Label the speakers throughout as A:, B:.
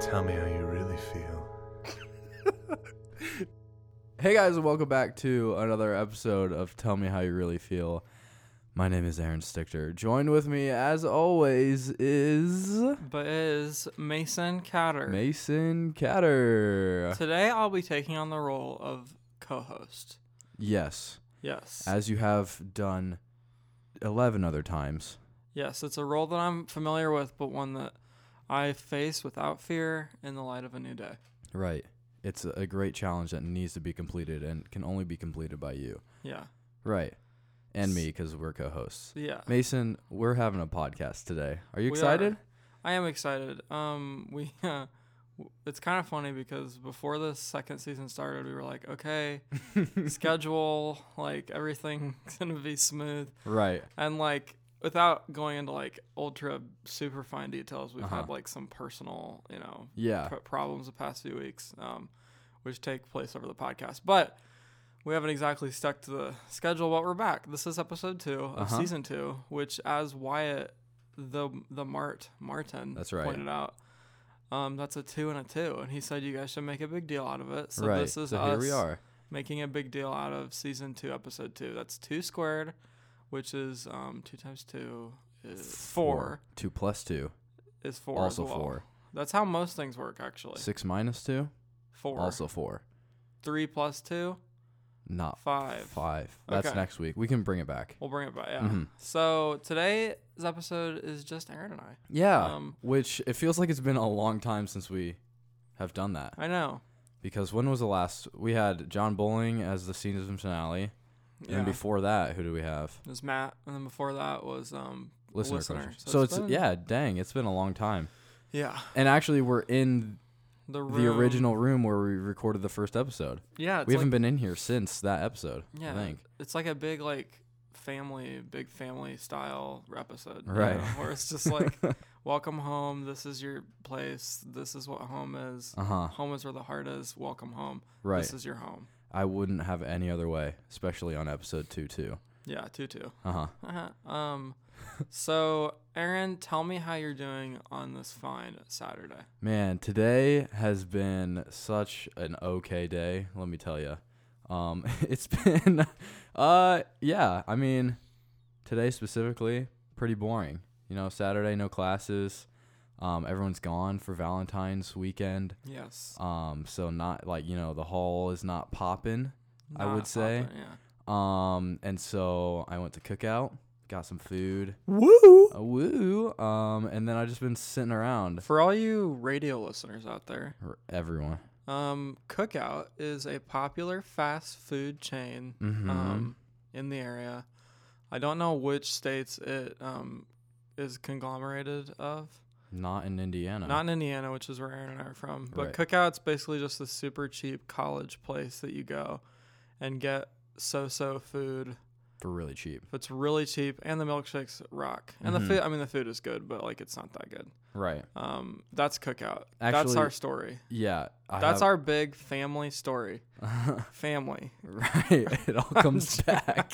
A: Tell me how you really feel.
B: Hey guys, and welcome back to another episode of Tell Me How You Really Feel. My name is Aaron Stichter. Joined with me, as always, is
C: but is Mason Catter.
B: Mason Catter.
C: Today I'll be taking on the role of co-host.
B: Yes,
C: Yes.
B: as you have done 11 other times.
C: yes, it's a role that I'm familiar with, but one that I face without fear in the light of a new day.
B: Right. It's a great challenge that needs to be completed and can only be completed by you.
C: Yeah.
B: Right. And me, because we're co hosts.
C: Yeah.
B: Mason, we're having a podcast today. Are you
C: We
B: excited?
C: are. I am excited. Um we uh, w- it's kind of funny because before the second season started, we were like, okay, schedule, like everything's going to be smooth.
B: Right.
C: And like without going into like ultra super fine details, we've
B: Uh-huh. Uh.
C: had like some personal, you know,
B: Yeah.
C: pr- problems the past few weeks, um, which take place over the podcast. But we haven't exactly stuck to the schedule, but we're back. This is episode two of
B: Uh-huh.
C: season two, which, as Wyatt the the Mart Martin
B: That's right.
C: pointed out, um, that's a two and a two, and he said you guys should make a big deal out of it. So
B: right.
C: this is
B: so
C: us
B: here we are.
C: making a big deal out of season two, episode two. That's two squared, which is um, two times two is four.
B: Two plus two.
C: Is four
B: also
C: as well.
B: four.
C: That's how most things work, actually.
B: Six minus two.
C: Four.
B: Also four.
C: three plus two.
B: Not
C: Five.
B: Five. That's
C: Okay.
B: next week. We can bring it back.
C: We'll bring it back. Yeah.
B: Mhm.
C: So today's episode is just Aaron and I.
B: Yeah.
C: Um,
B: which it feels like it's been a long time since we have done that.
C: I know.
B: Because when was the last we had John Bowling as the season finale? And
C: Yeah.
B: then before that, who do we have?
C: it was Matt, and then before that was um
B: Listener,
C: Listener.
B: questions.
C: So
B: So,
C: it's
B: it's
C: been-
B: yeah, dang, it's been a long time.
C: yeah
B: And actually, we're in
C: the
B: the
C: room.
B: original room where we recorded the first episode.
C: yeah. It's
B: we
C: like,
B: haven't been in here since that episode.
C: yeah.
B: I think.
C: It's like a big like family, big family style episode, you
B: Right.
C: know, where it's just like welcome home. This is your place. This is what home is.
B: Uh huh.
C: Home is where the heart is. Welcome home.
B: Right.
C: This is your home.
B: I wouldn't have any other way, especially on episode two too.
C: Yeah. Two two.
B: Uh huh.
C: Uh-huh. Um, so Aaron, tell me how you're doing on this fine Saturday.
B: Man, today has been such an okay day, let me tell you. Um, it's been, uh, yeah, I mean, today specifically, pretty boring. You know, Saturday, no classes. Um, everyone's gone for Valentine's weekend.
C: Yes.
B: Um, so not like, you know, the hall is not popping. I would
C: Not
B: say-
C: poppin', yeah.
B: Um, and so I went to cookout, got some food.
C: Woo!
B: Uh, woo. Um, and then I've just been sitting around.
C: For all you radio listeners out there,
B: R- Everyone.
C: um, Cookout is a popular fast food chain
B: Mm-hmm.
C: um, in the area. I don't know which states it um, is conglomerated of.
B: Not in Indiana.
C: Not in Indiana, which is where Aaron and I are from. But
B: Right.
C: Cookout's basically just a super cheap college place that you go and get so-so food
B: for really cheap.
C: It's really cheap, and the milkshakes rock. And
B: Mhm.
C: the food—I mean, the food is good, but like it's not that good.
B: Right.
C: Um, that's cookout. that's
B: Actually,
C: our story.
B: Yeah. I
C: that's
B: have-
C: our big family story. family.
B: right. It all comes back.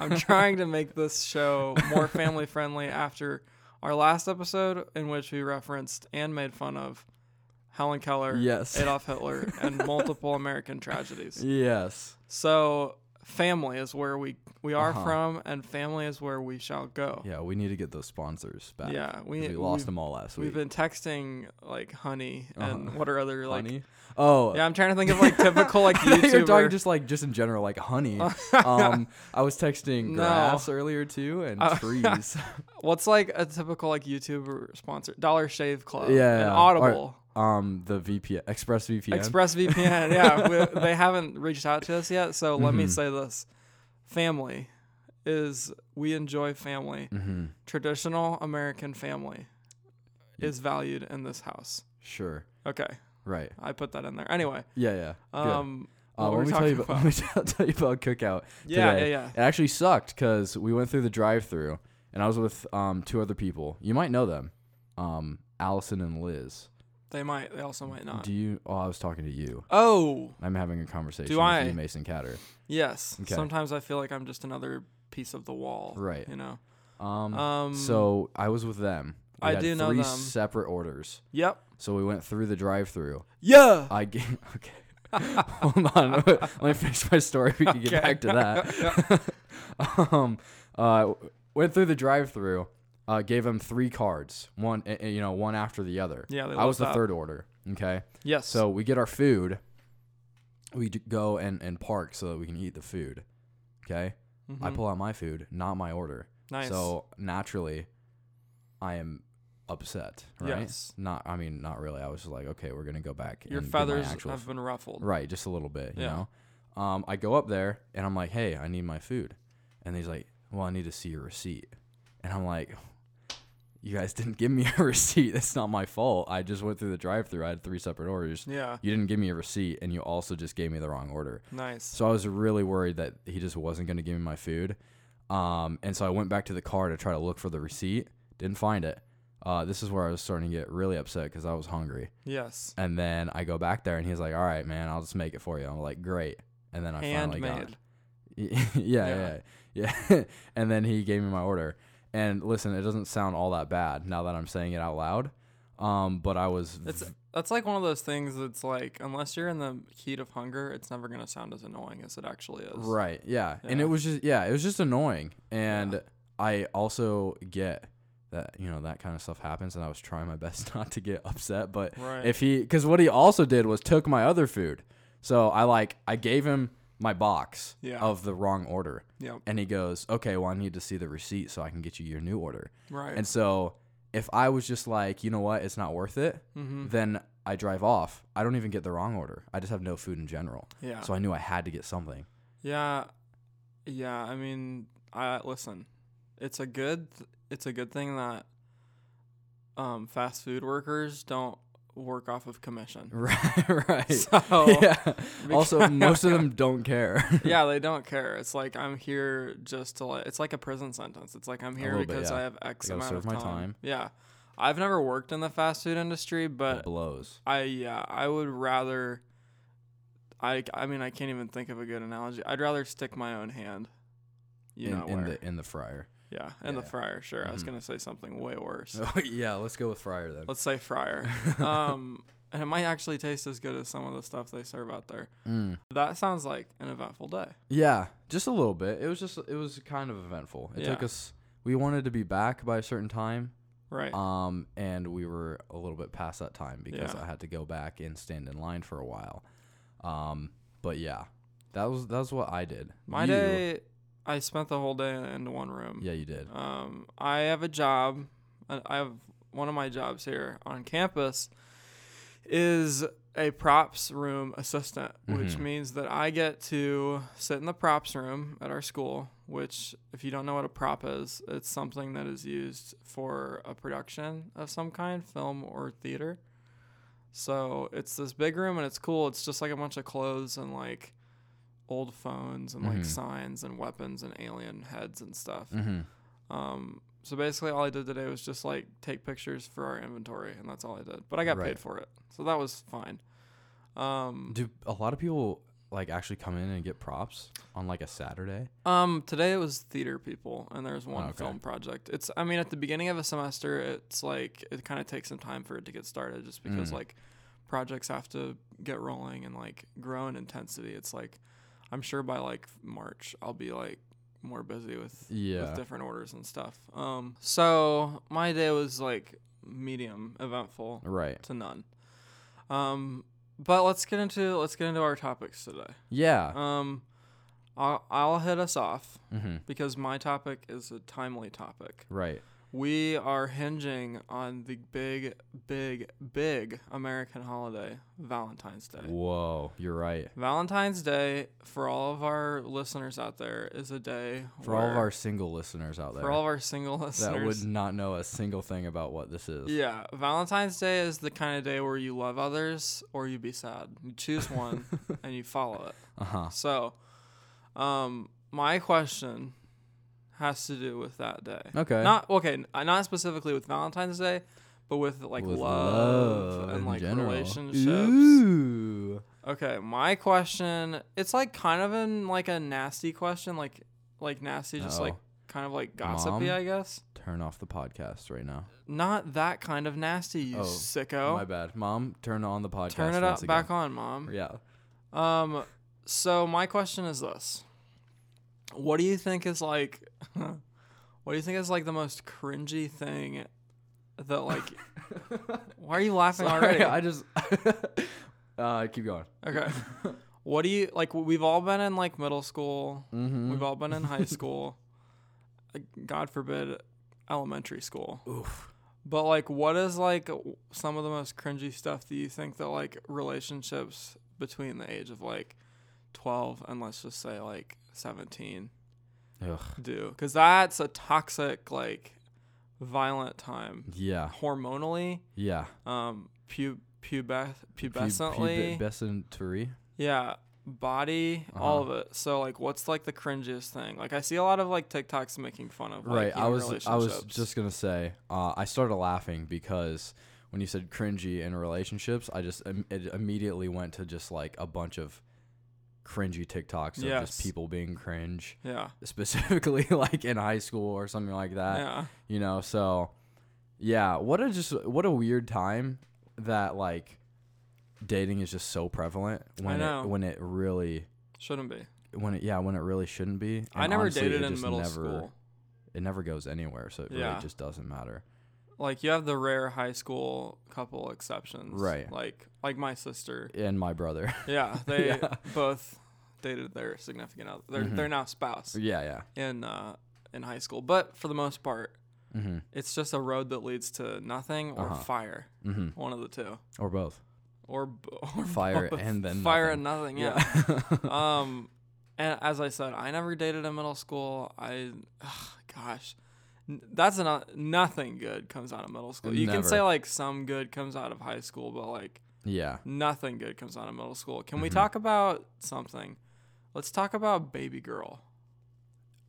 C: I'm trying to make this show more family friendly after our last episode, in which we referenced and made fun of Helen Keller,
B: Yes.
C: Adolf Hitler, and multiple American tragedies.
B: yes.
C: So family is where we we are
B: Uh-huh.
C: from, and family is where we shall go.
B: Yeah, we need to get those sponsors back.
C: Yeah,
B: 'cause
C: we
B: we lost
C: we've-
B: them all last
C: We've
B: week.
C: been texting like honey and
B: Uh-huh.
C: what are other like
B: honey. Oh.
C: yeah I'm trying to think of like typical like
B: I thought you were talking
C: YouTuber
B: just like just in general, like honey. um, I was texting
C: No.
B: grass earlier too and
C: Uh,
B: trees.
C: what's like a typical like YouTuber sponsor Dollar Shave Club
B: Yeah,
C: and
B: yeah.
C: Audible
B: um, the VPN, Express VPN.
C: Express VPN yeah we, they haven't reached out to us yet so let
B: Mm-hmm.
C: me say this family is we enjoy family
B: mm-hmm.
C: traditional American family
B: Yeah.
C: is valued in this house
B: Sure.
C: okay
B: Right.
C: I put that in there anyway
B: Yeah. Yeah. Good.
C: um
B: Uh,
C: what were
B: let
C: we
B: me tell you
C: talking
B: about, let me tell tell you about cookout.
C: yeah
B: today.
C: yeah yeah
B: It actually sucked because we went through the drive-through, and I was with um, two other people. You might know them, um, Allison and Liz.
C: they might they also might not
B: Do you? Oh, I was talking to you.
C: oh.
B: I'm having a conversation
C: Do
B: with
C: I?
B: you, Mason Catter.
C: Yes.
B: Okay.
C: Sometimes I feel like I'm just another piece of the wall.
B: Right.
C: You know.
B: Um,
C: Um.
B: so I was with them. We
C: I
B: had
C: do know
B: three
C: them.
B: separate orders.
C: Yep.
B: So we went through the drive-through.
C: Yeah.
B: I gave. Okay. Hold on. Let me finish my story. We can
C: Okay.
B: get back to that. um, uh, went through the drive-through. Uh, gave them three cards. One, uh, uh, you know, one after the other.
C: Yeah, they
B: I was
C: love
B: the
C: that.
B: third order. Okay.
C: Yes.
B: So we get our food. We d- go and, and park so that we can eat the food. Okay. I
C: Mhm.
B: pull out my food, not my order.
C: nice.
B: So naturally, I am upset. Right.
C: Yes.
B: Not. I mean, not really. I was just like, okay, we're gonna go back.
C: Your
B: and get my
C: feathers
B: actual
C: have been ruffled.
B: Right, just a little bit, you
C: Yeah.
B: know. Um, I go up there and I'm like, "Hey, I need my food," and he's like, "Well, I need to see your receipt," and I'm like, "You guys didn't give me a receipt. That's not my fault. I just went through the drive-through. I had three separate orders.
C: Yeah.
B: You didn't give me a receipt, and you also just gave me the wrong order."
C: Nice.
B: So I was really worried that he just wasn't going to give me my food. Um, and so I went back to the car to try to look for the receipt. Didn't find it. Uh, this is where I was starting to get really upset because I was hungry.
C: Yes.
B: And then I go back there and he's like, "All right, man, I'll just make it for you." I'm like, "Great." And then I finally got
C: Handmade.
B: yeah, yeah, yeah. yeah. and then he gave me my order. And listen, it doesn't sound all that bad now that I'm saying it out loud. Um, but I was
C: It's that's like one of those things that's like unless you're in the heat of hunger, it's never gonna sound as annoying as it actually is.
B: Right. Yeah. And
C: Yeah.
B: it was just yeah, it was just annoying. And
C: Yeah.
B: I also get that you know that kind of stuff happens, and I was trying my best not to get upset. But
C: Right.
B: if he, because what he also did was took my other food, so I like I gave him my box
C: Yeah.
B: of the wrong order,
C: Yep.
B: and he goes, "Okay, well I need to see the receipt so I can get you your new order."
C: Right.
B: And so if I was just like, you know what, it's not worth it,
C: mm-hmm.
B: then I drive off. I don't even get the wrong order. I just have no food in general.
C: Yeah.
B: So I knew I had to get something.
C: yeah. Yeah. I mean, I listen. It's a good. It's a good thing that um, fast food workers don't work off of commission.
B: Right, right.
C: So
B: yeah. Also, most of them don't care.
C: yeah, they don't care. It's like I'm here just to like. It's like a prison sentence. It's like I'm here
B: little bit,
C: because
B: yeah.
C: I have X
B: gotta
C: amount
B: serve
C: of
B: my
C: time.
B: time.
C: Yeah, I've never worked in the fast food industry,
B: It
C: but
B: blows.
C: I yeah, I would rather. I I mean I can't even think of a good analogy. I'd rather stick my own hand. You
B: in,
C: know
B: in
C: where?
B: the in the fryer.
C: yeah, in the
B: yeah.
C: fryer. Sure, I was
B: Mhm.
C: gonna say something way worse.
B: Oh yeah, let's go with fryer then.
C: Let's say fryer. um, and it might actually taste as good as some of the stuff they serve out there.
B: Mm.
C: That sounds like an eventful day.
B: Yeah, just a little bit. It was just it was kind of eventful. It took
C: Yeah.
B: us. We wanted to be back by a certain time,
C: Right.
B: um, and we were a little bit past that time because
C: Yeah.
B: I had to go back and stand in line for a while. Um, but yeah, that was that was what I did.
C: My
B: You-
C: day, I spent the whole day in one room.
B: Yeah, you did.
C: Um, I have a job. I I have one of my jobs here on campus is a props room assistant, which
B: Mhm.
C: means that I get to sit in the props room at our school. Which, if you don't know what a prop is, it's something that is used for a production of some kind, film or theater. So it's this big room and it's cool. It's just like a bunch of clothes and like old phones and like
B: Mhm.
C: signs and weapons and alien heads and stuff.
B: Mm-hmm.
C: Um, so basically, all I did today was just like take pictures for our inventory, and that's all I did. But I got
B: Right.
C: paid for it, so that was fine. Um,
B: Do a lot of people like actually come in and get props on like a Saturday?
C: um, today it was theater people, and there's one
B: Okay.
C: film project. It's, I mean, at the beginning of a semester, it's like it kind of takes some time for it to get started, just because
B: Mm.
C: like projects have to get rolling and like grow in intensity. It's like, I'm sure by like March, I'll be like more busy with with
B: Yeah.
C: different orders and stuff. Um, so my day was like medium eventful
B: Right.
C: to none. Um, but let's get into let's get into our topics today.
B: Yeah.
C: Um, I'll, I'll hit us off
B: hmm
C: because my topic is a timely topic.
B: Right.
C: We are hinging on the big, big, big American holiday, Valentine's Day.
B: Whoa. You're right.
C: Valentine's Day for all of our listeners out there is a day
B: For all of
C: where-
B: our single listeners out there
C: for all of our single
B: that
C: listeners
B: would not know a single thing about what this is.
C: Yeah, Valentine's Day is the kind of day where you love others or you be sad. You choose one and you follow it.
B: Uh huh.
C: So, um, my question has to do with that day.
B: Okay.
C: Not okay, n- uh, not specifically with Valentine's Day, but with like
B: With
C: love,
B: love in
C: and like
B: general.
C: relationships.
B: Ooh.
C: Okay, my question. It's like kind of an like a nasty question, like like nasty, just like
B: Uh-oh.
C: kind of like gossipy,
B: Oh. Mom?
C: I guess.
B: Turn off the podcast right now.
C: Not that kind of nasty, you
B: Oh, My
C: sicko.
B: bad. Mom, turn on the podcast.
C: Turn it
B: once
C: up
B: again.
C: back on, mom.
B: Yeah.
C: Um, so my question is this: What do you think is like? what do you think is like the most cringy thing that like? why are you laughing
B: Sorry,
C: already?
B: I just. uh, keep going.
C: okay. What do you like? We've all been in like middle school.
B: Mm-hmm.
C: We've all been in high school. uh, God forbid, elementary school.
B: Oof.
C: But like, what is like w- some of the most cringy stuff that you think that like relationships between the age of like twelve and let's just say like seventeen
B: Ugh.
C: do? Because that's a toxic, like, violent time
B: Yeah.
C: hormonally,
B: Yeah.
C: um, pu pubes
B: Pu-
C: pubescently,
B: pubi- Besentary.
C: yeah, body,
B: Uh-huh.
C: all of it. So like, what's like the cringiest thing? Like, I see a lot of like TikToks making fun of like,
B: right.
C: young
B: I was. I was
C: relationships.
B: just gonna say. Uh, I started laughing because when you said cringy in relationships, I just im- it immediately went to just like a bunch of cringy TikToks of
C: Yes.
B: just people being cringe,
C: yeah,
B: specifically like in high school or something like that.
C: yeah,
B: you know so yeah what a just what a weird time that like dating is just so prevalent when
C: know.
B: it when it really
C: shouldn't be.
B: when it yeah when it really shouldn't be
C: I
B: And
C: never
B: honestly,
C: dated
B: it
C: in
B: just
C: middle
B: never,
C: school.
B: it never goes anywhere so it
C: Yeah.
B: really just doesn't matter
C: Like you have the rare high school couple exceptions.
B: Right.
C: Like like my sister.
B: and my brother
C: Yeah, they
B: Yeah.
C: both dated their significant other. They're
B: Mhm.
C: they're now spouse
B: yeah yeah
C: in uh in high school. But for the most part,
B: mm-hmm
C: it's just a road that leads to nothing or
B: Uh-huh.
C: fire.
B: mm-hmm
C: One of the two.
B: or both
C: Or, b- or
B: Fire
C: both.
B: and then
C: fire
B: nothing.
C: and nothing. Yeah. um and as i said i never dated in middle school i ugh, gosh N- that's not nothing good comes out of middle school you can say
B: Never.
C: like some good comes out of high school but like
B: yeah
C: nothing good comes out of middle school can
B: Mm-hmm.
C: we talk about something let's talk about baby girl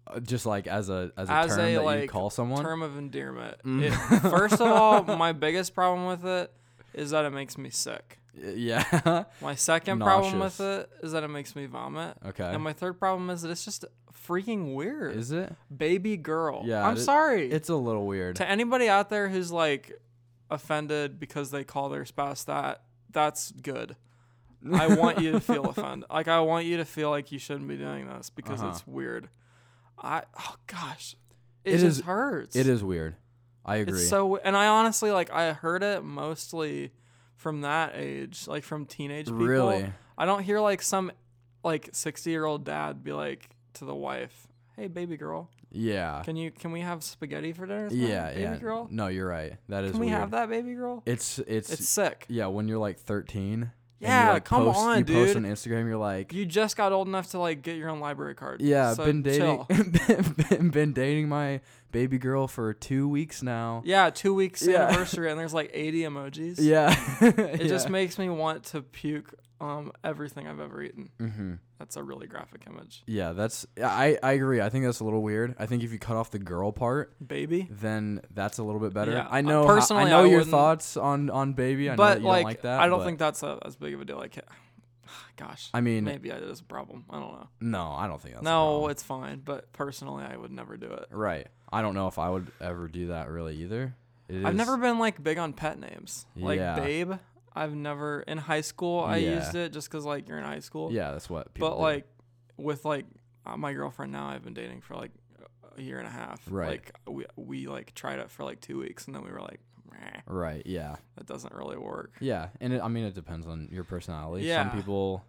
B: Uh, just like as a as a
C: As
B: term
C: a,
B: that you
C: like,
B: call someone
C: term of endearment
B: Mm.
C: It- first of all my biggest problem with it is that it makes me sick
B: Y- yeah
C: my second problem with it is that it makes me vomit
B: okay
C: and my third problem is that it's just freaking weird
B: is it
C: baby girl.
B: Yeah,
C: I'm
B: it-
C: sorry.
B: it's a little weird
C: to anybody out there who's like offended because they call their spouse that, that's good. I want you to feel offended. Like I want you to feel like you shouldn't be doing this because
B: Uh-huh.
C: it's weird. I oh gosh. It,
B: It
C: just
B: is-
C: hurts.
B: it is weird i agree
C: It's so and I honestly like I heard it mostly from that age, like from teenage people.
B: Really?
C: I don't hear like some like 60-year-old dad be like to the wife, "Hey baby girl,
B: yeah
C: Can you can we have spaghetti for dinner? tonight,
B: Yeah,
C: baby
B: yeah.
C: girl.
B: No, you're right. That is
C: Can we
B: weird.
C: have that baby girl?
B: It's, it's
C: It's sick.
B: yeah. When you're like 13. and
C: Yeah,
B: you, like,
C: come
B: post,
C: on,
B: you
C: dude.
B: post on Instagram, you're like,
C: You just got old enough to like get your own library card.
B: yeah,
C: so
B: been dating,
C: chill.
B: been, been, been dating my baby girl for two weeks now.
C: Yeah, two weeks
B: Yeah.
C: anniversary, and there's like 80 emojis.
B: Yeah.
C: it just makes me want to puke um everything I've ever eaten.
B: hmm
C: That's a really graphic image.
B: Yeah, that's. I I agree. I think that's a little weird. I think if you cut off the girl part,
C: Baby.
B: then that's a little bit better.
C: Yeah, uh,
B: I know. ho-
C: personally,
B: I know
C: I
B: your
C: wouldn't-
B: thoughts on on baby. I know that
C: but
B: you
C: like,
B: don't like that.
C: I don't
B: but-
C: think that's a, as big of a deal. Like, gosh,
B: I mean,
C: maybe that is a problem. I don't know.
B: no, I don't think that's a
C: no,
B: problem.
C: it's fine. But personally, I would never do it.
B: Right. I don't know if I would ever do that really either. It
C: I've
B: is-
C: never been like big on pet names. Like
B: Yeah.
C: babe, I've never in high school I
B: Yeah.
C: used it just because like you're in high school.
B: Yeah, that's what. People
C: But
B: do.
C: like with like uh, my girlfriend now, I've been dating for like a year and a half.
B: Right.
C: Like we we like tried it for like two weeks and then we were like, "Meh,
B: Right. Yeah.
C: that doesn't really work.
B: Yeah. And it, I mean, it depends on your personality.
C: Yeah.
B: Some people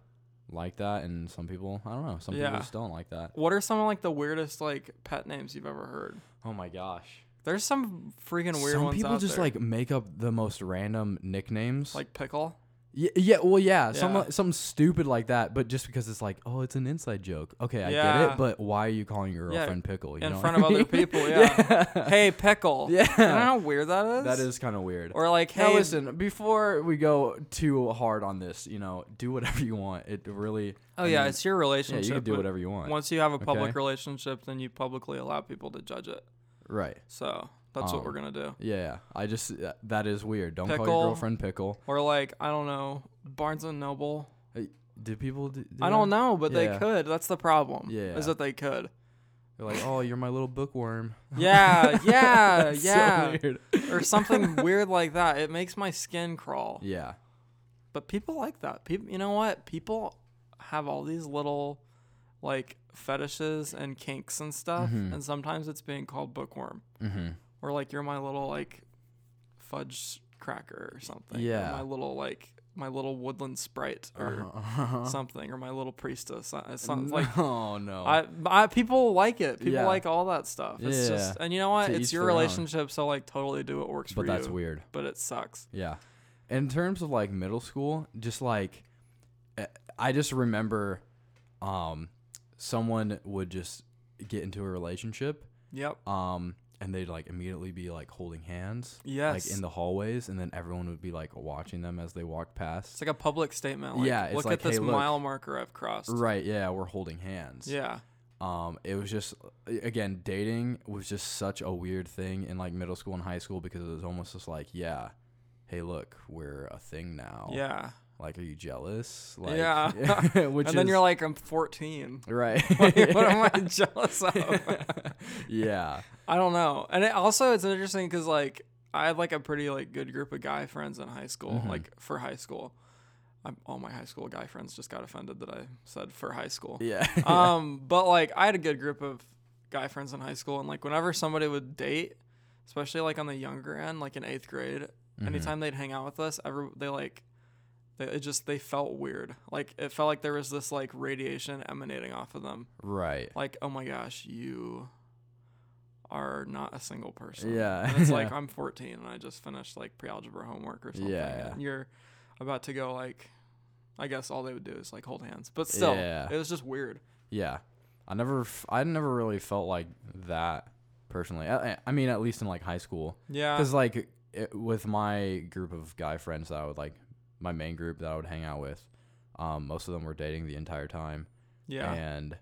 B: like that, and some people, I don't know. Some
C: Yeah.
B: people just don't like that.
C: What are some of like the weirdest like pet names you've ever heard?
B: Oh my gosh.
C: There's some freaking weird
B: some
C: ones.
B: people
C: out
B: just
C: there.
B: like make up the most random nicknames.
C: like pickle.
B: yeah, yeah well, yeah, some
C: Yeah.
B: something stupid like that. But just because it's like, oh, it's an inside joke. Okay, I get
C: Yeah.
B: it. But why are you calling your
C: Yeah,
B: girlfriend pickle? You
C: in
B: know
C: front
B: what I
C: of other
B: mean?
C: people, yeah. hey pickle.
B: Yeah.
C: You know how weird that is.
B: that is kind of weird.
C: Or like hey
B: Now listen, before we go too hard on this, you know, do whatever you want. It really.
C: Oh
B: I
C: yeah,
B: mean,
C: it's your
B: Mm. yeah.
C: relationship.
B: You can do
C: but
B: whatever you want.
C: Once you have a public
B: Okay.
C: relationship, then you publicly allow people to judge it.
B: Right.
C: So that's what
B: Um,
C: we're gonna do.
B: Yeah. yeah. I just uh, that is weird. Don't call
C: Pickle.
B: your girlfriend pickle.
C: Or like I don't know, Barnes and Noble.
B: Uh, Do people? Do, do
C: I don't
B: that?
C: know, but
B: Yeah.
C: they could. That's the problem.
B: Yeah.
C: Is that they could.
B: They're like, "Oh, you're my little bookworm."
C: Yeah, yeah,
B: It's so
C: yeah.
B: weird.
C: or something weird like that. It makes my skin crawl.
B: Yeah.
C: But people like that. People, you know what? People have all these little like fetishes and kinks and stuff,
B: Mhm.
C: and sometimes it's being called bookworm
B: Mm-hmm.
C: or like you're my little like fudge cracker or something. or
B: Yeah.
C: my little like my little woodland sprite or
B: Uh-huh.
C: something or my little priestess. Uh, It's something like
B: oh no.
C: I, I people like it. People
B: Yeah.
C: like all that stuff. It's
B: Yeah.
C: just and you know what?
B: To
C: it's
B: each
C: your
B: their own.
C: relationship, so like totally do what works for
B: but
C: you.
B: that's weird.
C: But it sucks.
B: Yeah. In terms of like middle school, just like eh, I just remember um someone would just get into a relationship
C: Yep.
B: um and they'd like immediately be like holding hands
C: Yes.
B: like in the hallways and then everyone would be like watching them as they walked
C: it's
B: past.
C: like a public statement. Like,
B: Yeah, it's
C: look
B: like,
C: at this
B: hey, look.
C: mile marker I've crossed.
B: Right, yeah, we're holding hands.
C: Yeah.
B: Um it was just again, dating was just such a weird thing in like middle school and high school because it was almost just like, yeah, hey look, we're a thing now.
C: Yeah.
B: Like, are you jealous? Like,
C: Yeah.
B: which
C: and then
B: is,
C: you're like, I'm 14.
B: right.
C: Like, what am I jealous of?
B: yeah.
C: I don't know. And it also it's interesting because like I had like a pretty like good group of guy friends in high school.
B: Mhm.
C: Like for high school, i all my high school guy friends just got offended that I said for high school.
B: Yeah.
C: Um, but like I had a good group of guy friends in high school, and like whenever somebody would date, especially like on the younger end, like in eighth grade,
B: Mhm.
C: anytime they'd hang out with us, every they like. They, it just they felt weird like it felt like there was this like radiation emanating off of them
B: Right.
C: like, oh my gosh, you are not a single person.
B: Yeah,
C: And it's like
B: yeah.
C: I'm 14 and I just finished like pre-algebra homework or something.
B: Yeah.
C: And you're about to go like, I guess all they would do is like hold hands, but still,
B: Yeah.
C: it was just weird.
B: Yeah. I never, f- I never really felt like that personally. I, I- I mean, at least in like high school,
C: Yeah.
B: because like it, with my group of guy friends that I would like, my main group that I would hang out with, um, most of them were dating the entire time.
C: Yeah.
B: And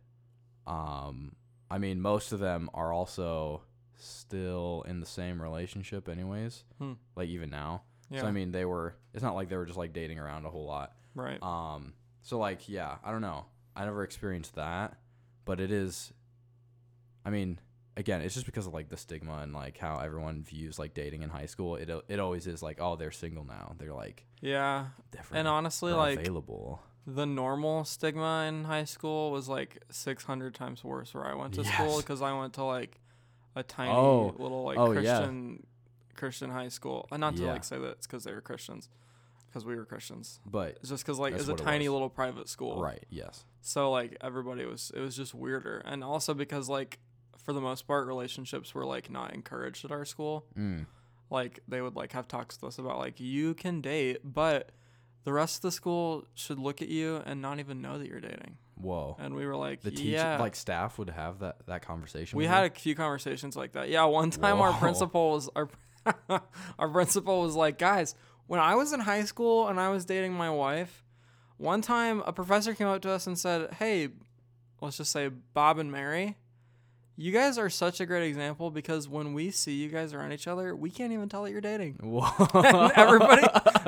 B: um I mean most of them are also still in the same relationship anyways.
C: Hmm.
B: Like even now.
C: yeah.
B: So I mean they were it's not like they were just like dating around a whole lot.
C: right.
B: Um so like yeah, I don't know. I never experienced that, but it is I mean again, it's just because of like the stigma and like how everyone views like dating in high school. It it always is like oh they're single now. They're like
C: yeah.
B: different.
C: And honestly,
B: they're
C: like
B: available.
C: the normal stigma in high school was like 600 times worse where I went to school
B: Yes.
C: because I went to like a tiny
B: Oh.
C: little like
B: Oh, yeah.
C: Christian Christian high school. And not to
B: Yeah.
C: like say that it's because they were Christians, because we were Christians.
B: But
C: It's just because like
B: That's
C: it's a
B: what it
C: tiny
B: was.
C: little private school,
B: right, yes.
C: So like everybody was it was just weirder, and also because like for the most part relationships were like not encouraged at our school
B: Mm.
C: like they would like have talks with us about like you can date but the rest of the school should look at you and not even know that you're dating
B: Whoa.
C: and we were like
B: the teacher
C: yeah
B: like staff would have that that conversation
C: we
B: with
C: had
B: you?
C: a few conversations like that yeah one time our
B: Whoa.
C: principal was our our principal was like guys when i was in high school and i was dating my wife one time a professor came up to us and said hey let's just say bob and mary you guys are such a great example because when we see you guys around each other we can't even tell that you're dating
B: Whoa.
C: and everybody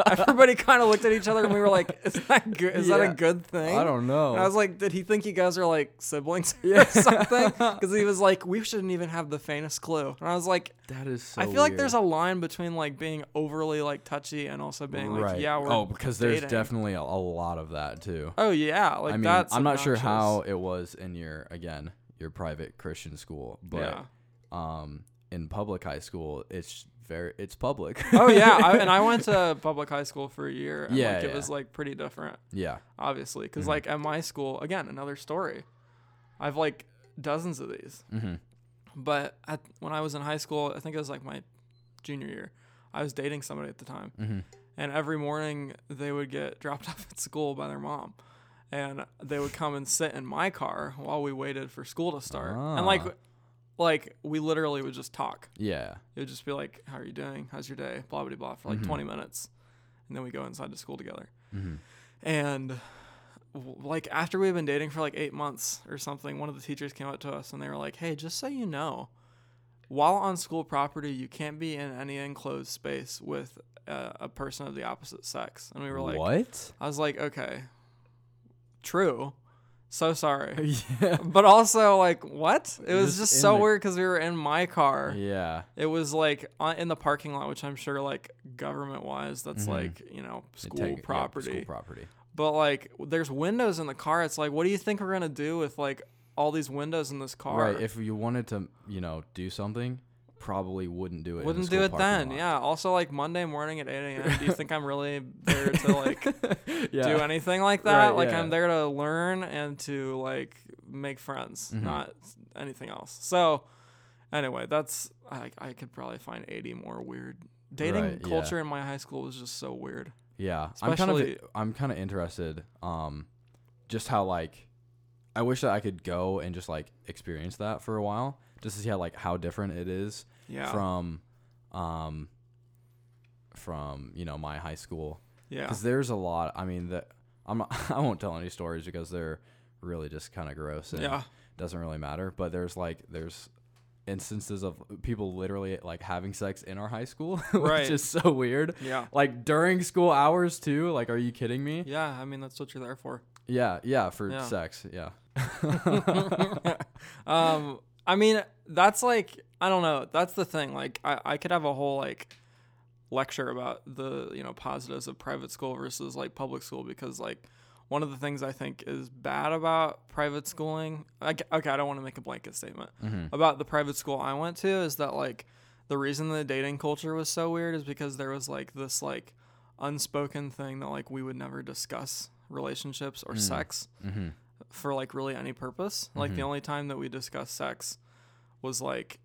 C: everybody kind of looked at each other and we were like is that good is that
B: Yeah.
C: a good thing
B: i don't know
C: and I was like, did he think you guys are like siblings
B: Yeah.
C: or something? Because he was like, we shouldn't even have the faintest clue. And I was like,
B: that is so
C: I feel like there's a line between like being overly like touchy and also being like,
B: right
C: yeah, we're
B: oh because there's
C: dating.
B: definitely a, a lot of that too
C: oh yeah, like
B: i mean
C: that's
B: i'm not sure
C: obnoxious.
B: how it was in your again your private christian school but
C: yeah.
B: um in public high school it's very it's public
C: oh yeah, I, and I went to public high school for a year. And,
B: Yeah,
C: like, it
B: yeah. Mm-hmm.
C: was like pretty different.
B: yeah
C: obviously because like at my school again another story i've like dozens of these
B: Mhm.
C: but at, when i was in high school i think it was like my junior year i was dating somebody at the time
B: Mhm.
C: and every morning they would get dropped off at school by their mom and they would come and sit in my car while we waited for school to start and like
B: Ah.
C: like we literally would just talk
B: yeah
C: it would just be like how are you doing how's your day blah blah blah for like
B: Mhm.
C: 20 minutes and then we go inside to school together
B: hmm
C: and w- like after we've been dating for like eight months or something, one of the teachers came up to us and they were like, "Hey, just so you know, while on school property, you can't be in any enclosed space with uh, a person of the opposite sex." And we were like,
B: what
C: "I was like, okay, true." So sorry.
B: yeah.
C: But also, like, what? It was
B: Just
C: just
B: in
C: so
B: the-
C: weird because we were in my car.
B: Yeah.
C: It was like on, in the parking lot, which I'm sure, like, government wise, that's
B: Mhm.
C: like, you know,
B: It
C: school
B: take- yep,
C: property.
B: school property.
C: But, like, there's windows in the car. It's like, what do you think we're going to do with, like, all these windows in this car?
B: Right. If you wanted to, you know, do something, probably wouldn't do it. in the
C: Wouldn't do
B: school
C: it then.
B: parking lot.
C: Yeah. Also, like Monday morning at 8 a.m. Do you think I'm really there to like
B: yeah.
C: do anything like that?
B: Right,
C: like
B: yeah.
C: I'm there to learn and to like make friends,
B: Mhm.
C: not anything else. So, anyway, that's I, I could probably find 80 more weird dating
B: Right, yeah.
C: culture in my high school was just so weird.
B: Yeah, I'm kind of
C: Especially-
B: I'm kind of interested. Um, just how like, I wish that I could go and just like experience that for a while, just to see how like how different it is
C: Yeah.
B: from, um, from you know my high school.
C: yeah.
B: Because there's a lot. I mean that I'm not, I won't tell any stories because they're really just kind of gross and
C: Yeah.
B: doesn't really matter. But there's like there's instances of people literally like having sex in our high school, which
C: Right.
B: is so weird
C: Yeah.
B: like during school hours too like are you kidding me
C: Yeah. I mean, that's what you're there for.
B: yeah yeah for
C: Yeah.
B: sex yeah
C: um, I mean, that's like I don't know. That's the thing. Like I, I could have a whole like lecture about the you know positives of private school versus like public school because like one of the things I think is bad about private schooling. Like okay, I don't want to make a blanket statement about the private school I went to is that like the reason the dating culture was so weird is because there was like this like unspoken thing that like we would never discuss relationships or sex
B: mm-hmm.
C: for like really any purpose. Like the only time that we discussed sex was like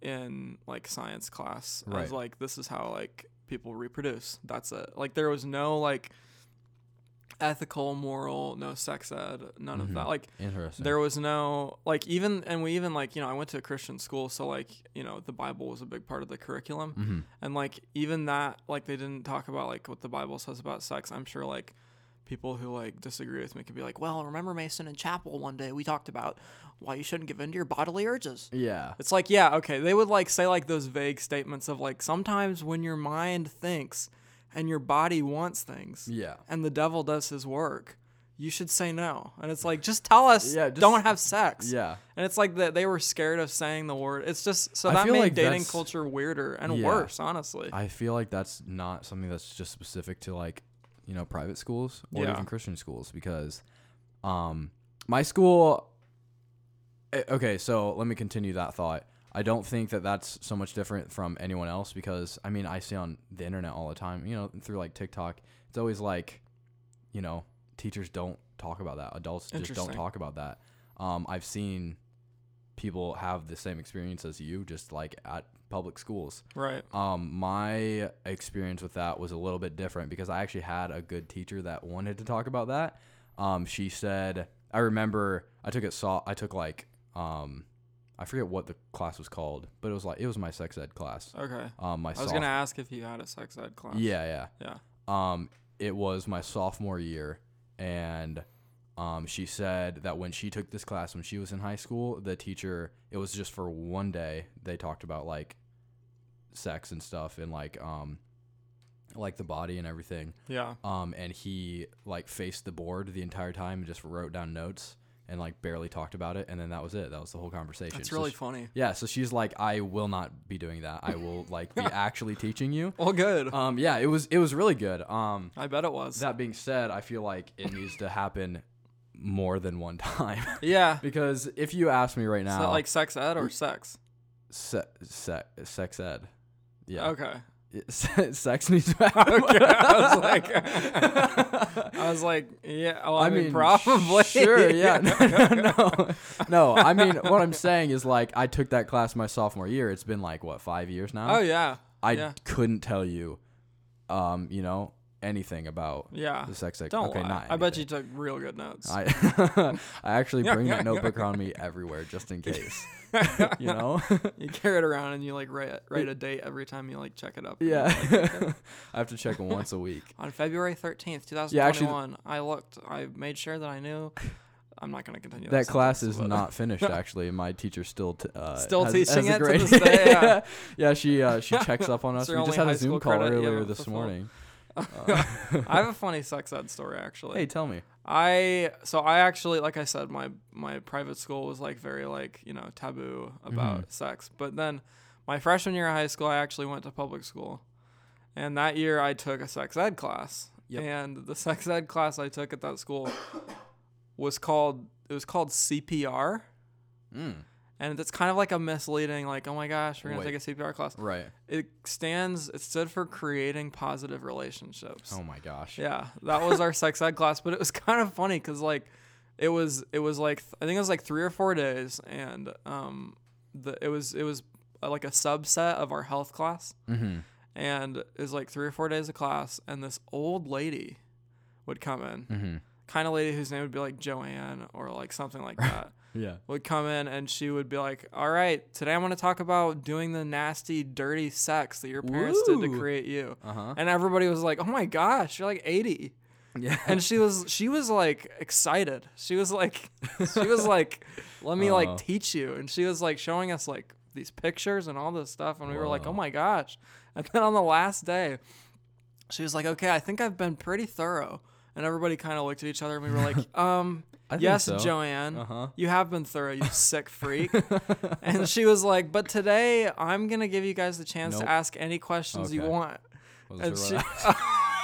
C: in like science class. I was
B: Right.
C: like, this is how like people reproduce. That's it. Like there was no like ethical, moral, no sex ed, none of that. Like
B: interesting
C: there was no like even and we even like you know I went to a Christian school so like you know the Bible was a big part of the curriculum
B: Mhm.
C: and like even that like they didn't talk about like what the Bible says about sex I'm sure like people who like disagree with me could be like well remember Mason and Chapel one day we talked about why you shouldn't give in to your bodily urges
B: yeah
C: it's like, yeah, okay. They would like say like those vague statements of like sometimes when your mind thinks and your body wants things,
B: Yeah.
C: and the devil does his work, you should say no. And it's like, just tell us,
B: Yeah, just-
C: don't have sex.
B: yeah
C: And it's like that they were scared of saying the word. It's just so
B: I
C: that
B: feel
C: made
B: like
C: dating
B: that's-
C: culture weirder and
B: Yeah.
C: worse, honestly.
B: i feel like that's not something that's just specific to like you know private schools or
C: Yeah.
B: even christian schools because um my school eh, okay so let me continue that thought i don't think that that's so much different from anyone else because i mean i see on the internet all the time you know through like tiktok it's always like you know teachers don't talk about that adults just don't
C: Interesting.
B: talk about that um i've seen people have the same experience as you just like at public schools
C: right.
B: um, my experience with that was a little bit different because I actually had a good teacher that wanted to talk about that. Um, she said, I remember I took it saw I took like um, I forget what the class was called, but it was like it was my sex ed class.
C: Okay.
B: Um, my
C: I was
B: soph-
C: gonna ask if you had a sex ed class.
B: yeah yeah
C: Yeah.
B: um, it was my sophomore year, and um, she said that when she took this class when she was in high school, the teacher it was just for one day. They talked about like sex and stuff, and like um, like the body and everything.
C: Yeah.
B: Um, and he like faced the board the entire time and just wrote down notes and like barely talked about it, and then that was it. That was the whole conversation.
C: That's
B: So
C: really
B: she-
C: funny.
B: yeah, so she's like, I will not be doing that. I will like be actually teaching you.
C: Well good.
B: Um, yeah, it was it was really good. Um,
C: I bet it was.
B: that being said, I feel like it needs to happen more than one time
C: yeah.
B: because if you ask me right
C: Is
B: now,
C: that like sex ed or sex?
B: se- se- sex ed, yeah,
C: Okay.
B: It- se- sex needs to happen.
C: Okay, I was like- I was like, yeah. Well, I, mean, probably.
B: Sure, yeah. No, no, no. I mean, what I'm saying is like I took that class my sophomore year. It's been like what five years now.
C: oh yeah.
B: I
C: yeah.
B: couldn't tell you, um, you know, anything about
C: Yeah.
B: the sex ed.
C: Ah, Don't
B: okay,
C: lie.
B: not
C: I bet
B: anything.
C: you took real good notes.
B: I I actually
C: Yeah,
B: bring
C: yeah,
B: that notebook around me everywhere just in case. you know?
C: you carry it around and you like write write a date every time you like check it up.
B: yeah. I have to check it once a week.
C: On February thirteenth, two thousand
B: Yeah, actually-
C: twenty-one, I looked. I made sure that I knew. I'm not gonna continue
B: That
C: that.
B: class
C: sentence,
B: is
C: but-
B: not finished actually. My teacher still t- uh,
C: Still
B: has- has
C: teaching
B: a
C: it to
B: grade.
C: this day, yeah.
B: yeah, she uh, she checks up on
C: It's
B: us.
C: your
B: We just
C: only
B: had
C: high
B: a Zoom
C: school
B: call
C: credit you
B: earlier
C: haven't
B: this
C: fulfilled.
B: morning.
C: I have a funny sex ed story actually.
B: hey, tell me.
C: I so I actually like I said my my private school was like very like you know taboo about
B: Mm-hmm.
C: sex. But then my freshman year of high school I actually went to public school, and that year I took a sex ed class.
B: Yep.
C: And the sex ed class I took at that school was called it was called CPR,
B: Mm,
C: and it's kind of like a misleading like oh my gosh we're gonna
B: Wait.
C: take a CPR class.
B: right.
C: It stands it stood for creating positive relationships.
B: Oh my gosh.
C: Yeah, that was our sex ed class, but it was kind of funny because like, it was it was like I think it was like three or four days, and um, the it was it was uh, like a subset of our health class,
B: Mm-hmm.
C: and it was like three or four days of class, and this old lady would come in,
B: Mm-hmm.
C: kind of lady whose name would be like Joanne or like something like that.
B: Yeah.
C: Would come in and she would be like, "All right, today I'm going to talk about doing the nasty, dirty sex that your parents did to
B: Ooh.
C: create you,"
B: Uh huh.
C: and everybody was like, "Oh my gosh, you're like 80."
B: Yeah.
C: and she was she was like excited she was like she was like let me
B: Oh.
C: like teach you and she was like showing us like these pictures and all this stuff and we were like
B: Wow.
C: oh my gosh and then on the last day she was like okay i think i've been pretty thorough and everybody kind of looked at each other and we were like um
B: I think
C: yes
B: so.
C: joanne
B: Uh-huh.
C: you have been thorough you sick freak and she was like but today i'm gonna give you guys the chance
B: Nope.
C: to ask any questions you
B: Okay.
C: want
B: Was
C: and
B: it
C: she,
B: right?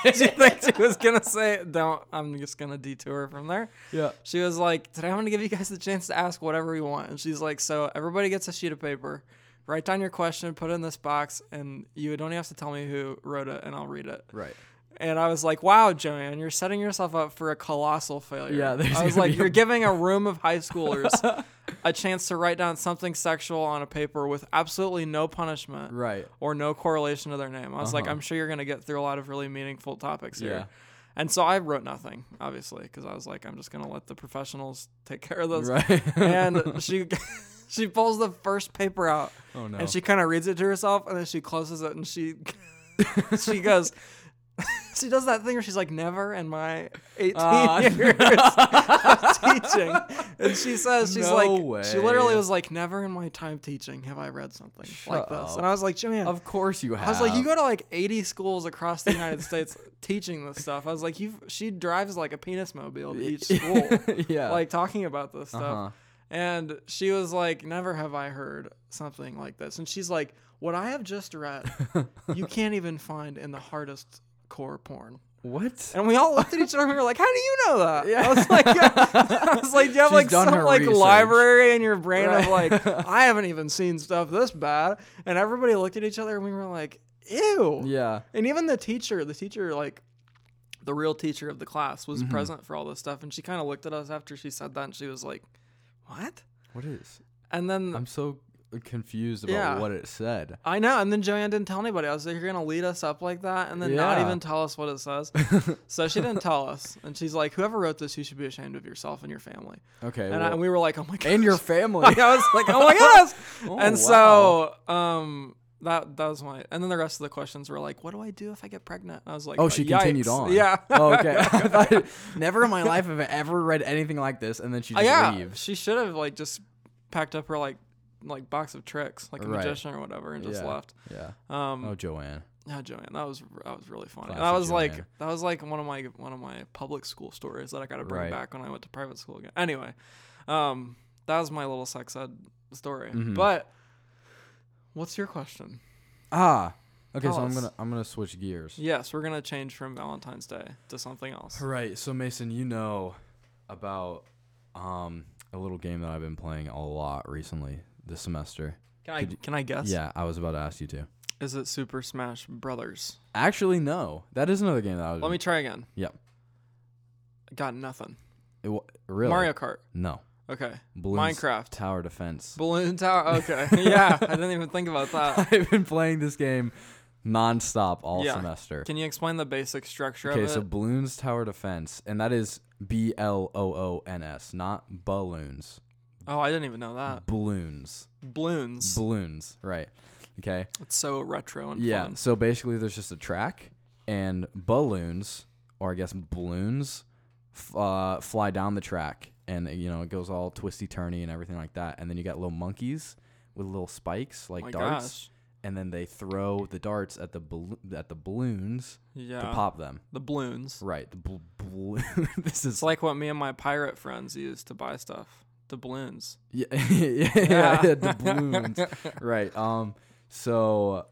C: she thinks she was gonna say, "Don't." I'm just gonna detour from there.
B: yeah.
C: She was like, "Today I'm gonna give you guys the chance to ask whatever you want." And she's like, "So everybody gets a sheet of paper, write down your question, put it in this box, and you don't have to tell me who wrote it, and I'll read it."
B: Right.
C: And I was like, "Wow, Joanne, you're setting yourself up for a colossal failure."
B: Yeah, there's
C: I was
B: gonna
C: like,
B: be a-
C: "You're giving a room of high schoolers." A chance to write down something sexual on a paper with absolutely no punishment
B: Right.
C: or no correlation to their name. I was like,
B: Uh-huh.
C: I'm sure you're going to get through a lot of really meaningful topics
B: Yeah.
C: here. And so I wrote nothing, obviously, because I was like, I'm just going to let the professionals take care of this.
B: Right.
C: And she she pulls the first paper out
B: oh no.
C: and she kind of reads it to herself and then she closes it and she she goes, she does that thing where she's like, never in my 18
B: Ah,
C: years of teaching. And she says, she's
B: No
C: like, she literally
B: way.
C: was like, never in my time teaching have I read something like
B: Shut
C: this.
B: up.
C: And I was like, Joanne,
B: of course you have.
C: I was like, you go to like 80 schools across the United States teaching this stuff. I was like, you. She drives like a penis mobile to each school,
B: yeah.
C: like talking about this stuff.
B: Uh-huh.
C: And she was like, never have I heard something like this. And she's like, what I have just read, you can't even find in the hardest core porn.
B: What?
C: And we all looked at each other and we were like, how do you know that?
B: Yeah.
C: I was like, I was like, do you have
B: She's
C: like
B: done
C: some
B: her
C: like
B: research.
C: library in your brain of
B: Right.
C: like, I haven't even seen stuff this bad. And everybody looked at each other and we were like, ew.
B: Yeah.
C: And even the teacher, the teacher, like the real teacher of the class,
B: Mm-hmm.
C: was present for all this stuff. And she kind of looked at us after she said that and she was like, what?
B: What is?
C: And then
B: I'm so confused about
C: Yeah.
B: what it said.
C: I know. And then Joanne didn't tell anybody. I was like, you're going to lead us up like that and then not
B: Yeah.
C: even tell us what it says. so she didn't tell us. And she's like, whoever wrote this, you should be ashamed of yourself and your family.
B: Okay.
C: And, I,
B: well-
C: and we were like, oh my God.
B: and your family.
C: I was like, oh my gosh.
B: Oh,
C: and
B: wow.
C: so, um, that, that was my, and then the rest of the questions were like, what do I do if I get pregnant? And I was like,
B: Oh, she
C: yikes.
B: continued on.
C: Yeah.
B: Oh, okay. I thought it- Never in my life have I ever read anything like this, and then she
C: Uh,
B: just
C: yeah.
B: leaves.
C: She should have like just packed up her like, like box of tricks, like a
B: Right.
C: magician or whatever, and just
B: Yeah.
C: left.
B: Yeah.
C: Um,
B: Oh, Joanne.
C: Yeah, Joanne, that was that was really funny. that
B: Classic
C: was like
B: Joanne.
C: that was like one of my one of my public school stories that I got to bring
B: Right.
C: back when I went to private school again. Anyway, um, that was my little sex ed story.
B: Mhm.
C: But what's your question?
B: Ah. Okay,
C: Tell
B: so I'm
C: us.
B: gonna I'm gonna switch gears.
C: Yes, we're gonna change from Valentine's Day to something else.
B: All right. So Mason, you know about um a little game that I've been playing a lot recently this semester.
C: Can I can I guess?
B: Yeah, I was about to ask you to.
C: Is it Super Smash Brothers?
B: Actually, no. That is another game that I was.
C: Let me try again.
B: Yep.
C: Got nothing.
B: It wa- really?
C: Mario Kart.
B: No.
C: Okay.
B: Balloons
C: Minecraft.
B: Tower Defense.
C: Balloon Tower. Okay. yeah, I didn't even think about that.
B: I've been playing this game nonstop all
C: Yeah.
B: semester.
C: Can you explain the basic structure
B: Okay,
C: of it?
B: so balloons tower defense, and that is B L O O N S, not balloons.
C: oh, I didn't even know that.
B: Balloons,
C: Balloons.
B: balloons, right? Okay,
C: It's so retro and
B: yeah.
C: fun.
B: So basically, there's just a track, and balloons, or I guess balloons, f- uh, fly down the track, and you know it goes all twisty turny and everything like that. And then you got little monkeys with little spikes like
C: My
B: darts,
C: gosh.
B: and then they throw the darts at the ballo- at the balloons
C: Yeah.
B: to pop them.
C: The balloons.
B: Right. The bl- bl- this is
C: It's like what me and my pirate friends used to buy stuff. The balloons.
B: yeah, yeah, yeah, the balloons. right. Um. So,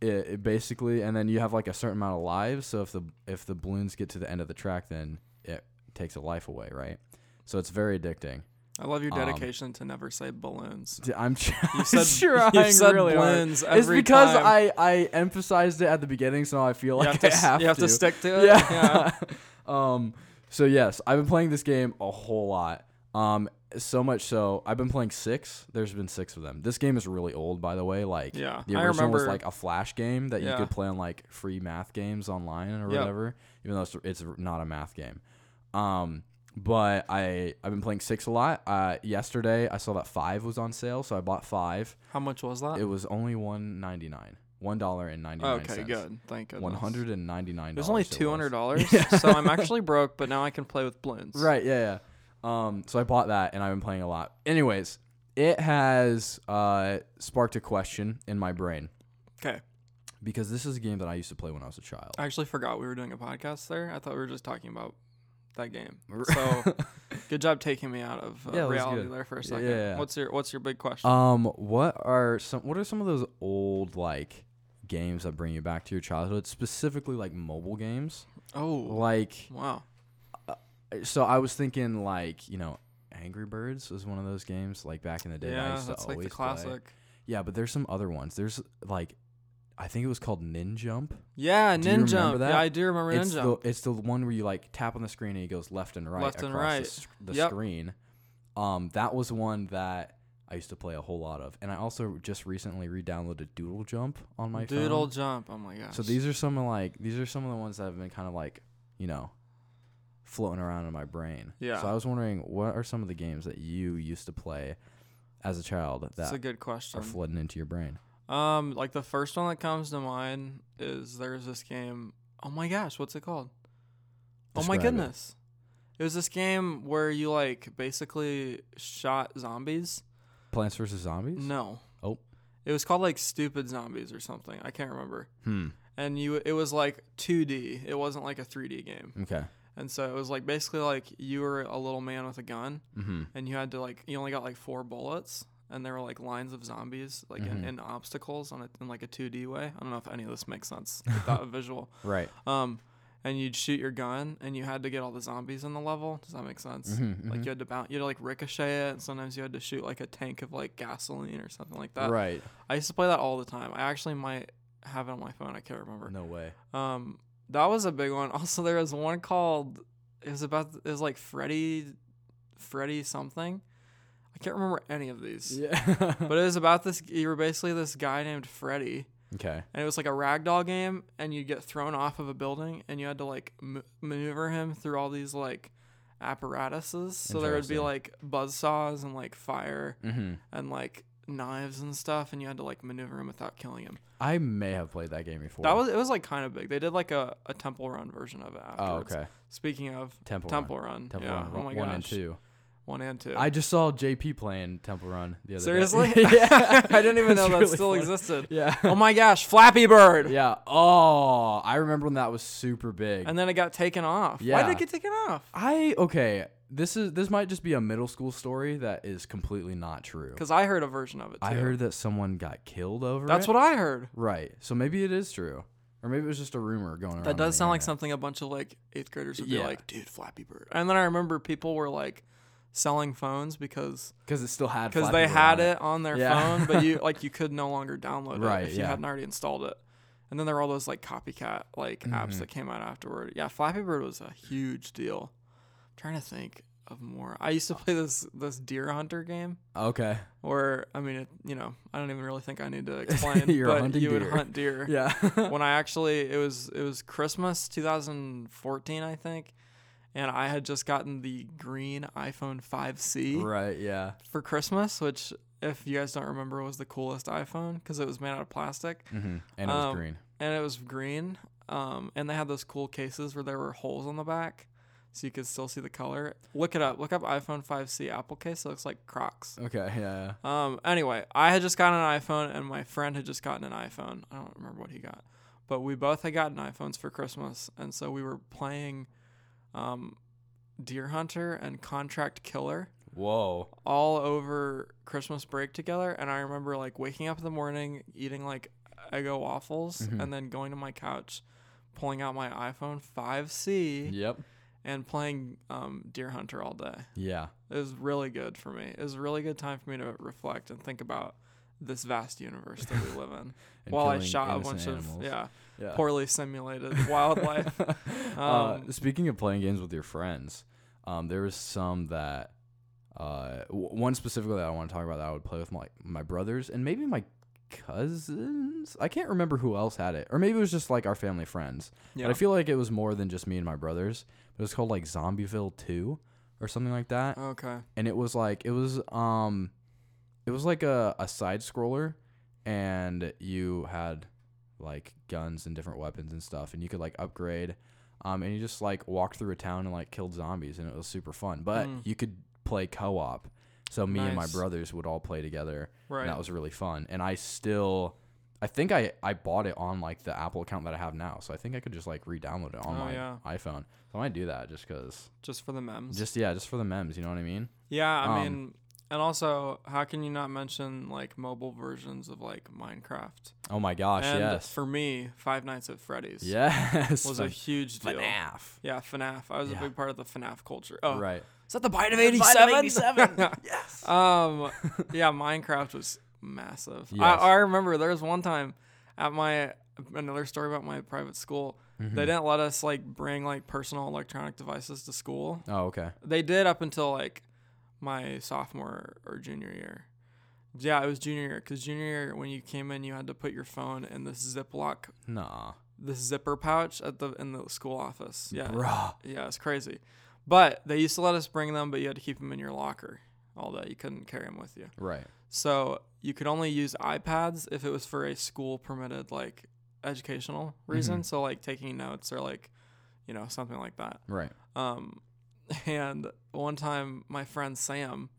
B: it, it basically, and then you have like a certain amount of lives. So if the if the balloons get to the end of the track, then it takes a life away, right? So it's very addicting.
C: I love your
B: Um,
C: dedication to never say balloons.
B: D- I'm tr-
C: You said,
B: trying
C: you said
B: really hard.
C: balloons
B: It's
C: every
B: because
C: time.
B: I I emphasized it at the beginning, so I feel
C: you
B: like
C: have to,
B: I
C: s-
B: have
C: you have to.
B: to
C: stick to it.
B: yeah. um. So yes, I've been playing this game a whole lot. Um. So much so, I've been playing six. There's been six of them. This game is really old, by the way. Like,
C: Yeah,
B: the
C: I
B: original was
C: remember-
B: like a flash game that you
C: Yeah.
B: could play on like free math games online or
C: Yep.
B: whatever. Even though it's, it's not a math game. Um. But I I've been playing six a lot. Uh, yesterday I saw that five was on sale, so I bought five.
C: How much was that?
B: It was only one ninety nine, one dollar and ninety nine
C: okay, good. Thank goodness.
B: One hundred and ninety nine.
C: It was only two hundred dollars, so I'm actually broke, but now I can play with balloons.
B: Right, yeah, yeah. Um, so I bought that and I've been playing a lot. Anyways, it has uh, sparked a question in my brain
C: Okay.
B: because this is a game that I used to play when I was a child.
C: I actually forgot we were doing a podcast there. I thought we were just talking about that game. So good job taking me out of uh,
B: Yeah, that was
C: reality
B: good.
C: there for a
B: Yeah,
C: second.
B: yeah, yeah.
C: What's your What's your big question?
B: um, what are some what are some of those old like games that bring you back to your childhood, specifically like mobile games?
C: oh,
B: Like
C: wow.
B: so I was thinking like, you know, Angry Birds was one of those games like back in the day that I
C: Yeah,
B: used to
C: that's like the
B: always
C: classic.
B: play. Yeah, but there's some other ones. There's like I think it was called Ninjump.
C: Yeah,
B: Do you remember
C: Ninja.
B: that?
C: Yeah, I do remember
B: it's
C: Ninja.
B: the it's the one where you like tap on the screen and it goes left and right
C: Left and
B: across
C: right.
B: the, sc- the
C: Yep.
B: screen. Um, that was one that I used to play a whole lot of, and I also just recently re-downloaded Doodle Jump on my
C: Doodle
B: phone.
C: jump. Oh my gosh.
B: So these are some of like these are some of the ones that have been kind of like you know floating around in my brain.
C: Yeah.
B: So I was wondering, what are some of the games that you used to play as a child
C: That's
B: that
C: a good
B: are
C: question.
B: flooding into your brain?
C: Um, like the first one that comes to mind is there's this game. Oh my gosh, what's it called? oh my
B: Describe it.
C: goodness. It. was this game where you like basically shot zombies.
B: Plants vs Zombies.
C: No.
B: Oh.
C: It was called like stupid zombies or something. I can't remember.
B: Hmm.
C: And you it was like 2D. It wasn't like a 3D game.
B: Okay.
C: And so it was like basically like you were a little man with a gun
B: Mm-hmm.
C: and you had to like you only got like four bullets and there were like lines of zombies like in,
B: Mhm.
C: in obstacles on a, in like a 2d way i don't know if any of this makes sense without a visual
B: Right.
C: um and you'd shoot your gun and you had to get all the zombies in the level does that make sense
B: Mhm,
C: like
B: mhm.
C: you had to bounce you had to like ricochet it and sometimes you had to shoot like a tank of like gasoline or something like that
B: right.
C: i used to play that all the time i actually might have it on my phone i can't remember
B: No way.
C: um, that was a big one. Also, there was one called. It was about. It was like Freddy, Freddy something. I can't remember any of these.
B: Yeah.
C: But it was about this. You were basically this guy named Freddy,
B: okay.
C: and it was like a ragdoll game, and you'd get thrown off of a building, and you had to like m- maneuver him through all these like apparatuses. So there would be
B: Interesting.
C: like buzz saws and like fire
B: Mm-hmm.
C: and like knives and stuff, and you had to like maneuver him without killing him.
B: I may have played that game before.
C: That was it was like kind of big. They did like a, a Temple Run version of it. Afterwards.
B: Oh, okay.
C: Speaking of
B: Temple,
C: Temple Run,
B: Run. Temple
C: yeah.
B: Run.
C: oh my
B: one
C: gosh,
B: and two.
C: one and two.
B: I just saw JP playing Temple Run the other
C: seriously,
B: day. yeah.
C: I didn't even
B: It's
C: know that
B: really
C: still
B: funny.
C: existed.
B: Yeah.
C: Oh my gosh, Flappy Bird,
B: yeah. Oh, I remember when that was super big.
C: and then it got taken off. Why
B: Yeah.
C: did it get taken off?
B: I okay. This is this might just be a middle school story that is completely not true.
C: Because I heard a version of it. Too.
B: I heard that someone got killed over
C: that's
B: it.
C: what I heard.
B: Right. So maybe it is true, or maybe it was just a rumor going around.
C: That
B: on the
C: does sound like
B: internet.
C: something a bunch of like eighth graders would
B: Oh, Yeah.
C: be like, dude, Flappy Bird. And then I remember people were like selling phones because
B: because it still had
C: because
B: Flappy
C: they
B: Bird
C: had
B: on
C: it on their
B: Yeah.
C: phone, but you like you could no longer download
B: Right,
C: it if you
B: yeah.
C: hadn't already installed it. And then there were all those like copycat like
B: Mm-hmm.
C: apps that came out afterward. Yeah, Flappy Bird was a huge deal. I'm trying to think of more. I used to play this this deer hunter game
B: Okay.
C: where I mean, it, you know, I don't even really think I need to explain,
B: You're
C: but
B: hunting
C: you would
B: deer.
C: hunt deer.
B: Yeah.
C: When I actually it was it was Christmas 2014, I think. And I had just gotten the green iPhone 5C
B: right. Yeah.
C: for Christmas, which if you guys don't remember was the coolest iPhone because it was made out of plastic
B: Mm-hmm. And it was
C: Um,
B: green.
C: and it was green. Um, and they had those cool cases where there were holes on the back, so you could still see the color. Look it up. Look up iPhone 5C Apple case. It looks like Crocs.
B: Okay, yeah.
C: Um. Anyway, I had just gotten an iPhone, and my friend had just gotten an iPhone. I don't remember what he got, but we both had gotten iPhones for Christmas, and so we were playing, um, Deer Hunter and Contract Killer
B: Whoa.
C: all over Christmas break together. And I remember like waking up in the morning, eating like Eggo waffles,
B: Mhm.
C: and then going to my couch, pulling out my iPhone 5C,
B: Yep.
C: and playing um, Deer Hunter all day.
B: Yeah.
C: It was really good for me. It was a really good time for me to reflect and think about this vast universe that we live in.
B: And
C: While I
B: killing
C: shot a
B: innocent
C: bunch
B: animals.
C: of yeah,
B: yeah.
C: poorly simulated wildlife.
B: Uh,
C: Um,
B: speaking of playing games with your friends, um, there was some that, uh, w- one specifically that I want to talk about that I would play with my my brothers and maybe my cousins. I can't remember who else had it, or maybe it was just like our family friends.
C: yeah,
B: But I feel like it was more than just me and my brothers. It was called like Zombieville Two or something like that,
C: okay.
B: and it was like it was um, it was like a a side scroller, and you had like guns and different weapons and stuff, and you could like upgrade. Um, and you just like walked through a town and like killed zombies, and it was super fun. But
C: Mm.
B: you could play co-op, so me and my
C: Nice.
B: brothers would all play together,
C: Right.
B: and that was really fun. And I still, I think I I bought it on like the Apple account that I have now, so I think I could just like re-download it on
C: Oh,
B: my
C: yeah.
B: iPhone. So I might do that just because,
C: just for the memes.
B: just yeah, just for the memes. You know what I mean?
C: yeah, I
B: um,
C: mean, and also, how can you not mention like mobile versions of like Minecraft?
B: Oh my gosh,
C: and
B: yes,
C: for me, Five Nights at Freddy's
B: yes,
C: was a huge deal.
B: FNAF.
C: Yeah, FNAF. I was
B: Yeah.
C: a big part of the FNAF culture. Oh,
B: Right.
C: is that the bite of
B: yes.
C: Um, yeah, Minecraft was massive. I,
B: Yes.
C: I remember there was one time at my another story about my private school. They didn't let us like bring like personal electronic devices to school.
B: Oh, okay.
C: They did up until like my sophomore or junior year. Yeah, it was junior year because junior year when you came in, you had to put your phone in this Ziploc,
B: Nah.
C: this zipper pouch at the in the school office. Yeah,
B: Bruh.
C: yeah, it's crazy. But they used to let us bring them, but you had to keep them in your locker all day. You couldn't carry them with you.
B: Right.
C: So you could only use iPads if it was for a school permitted like educational reason. So like taking notes or like, you know, something like that.
B: Right.
C: Um, and one time my friend Sam,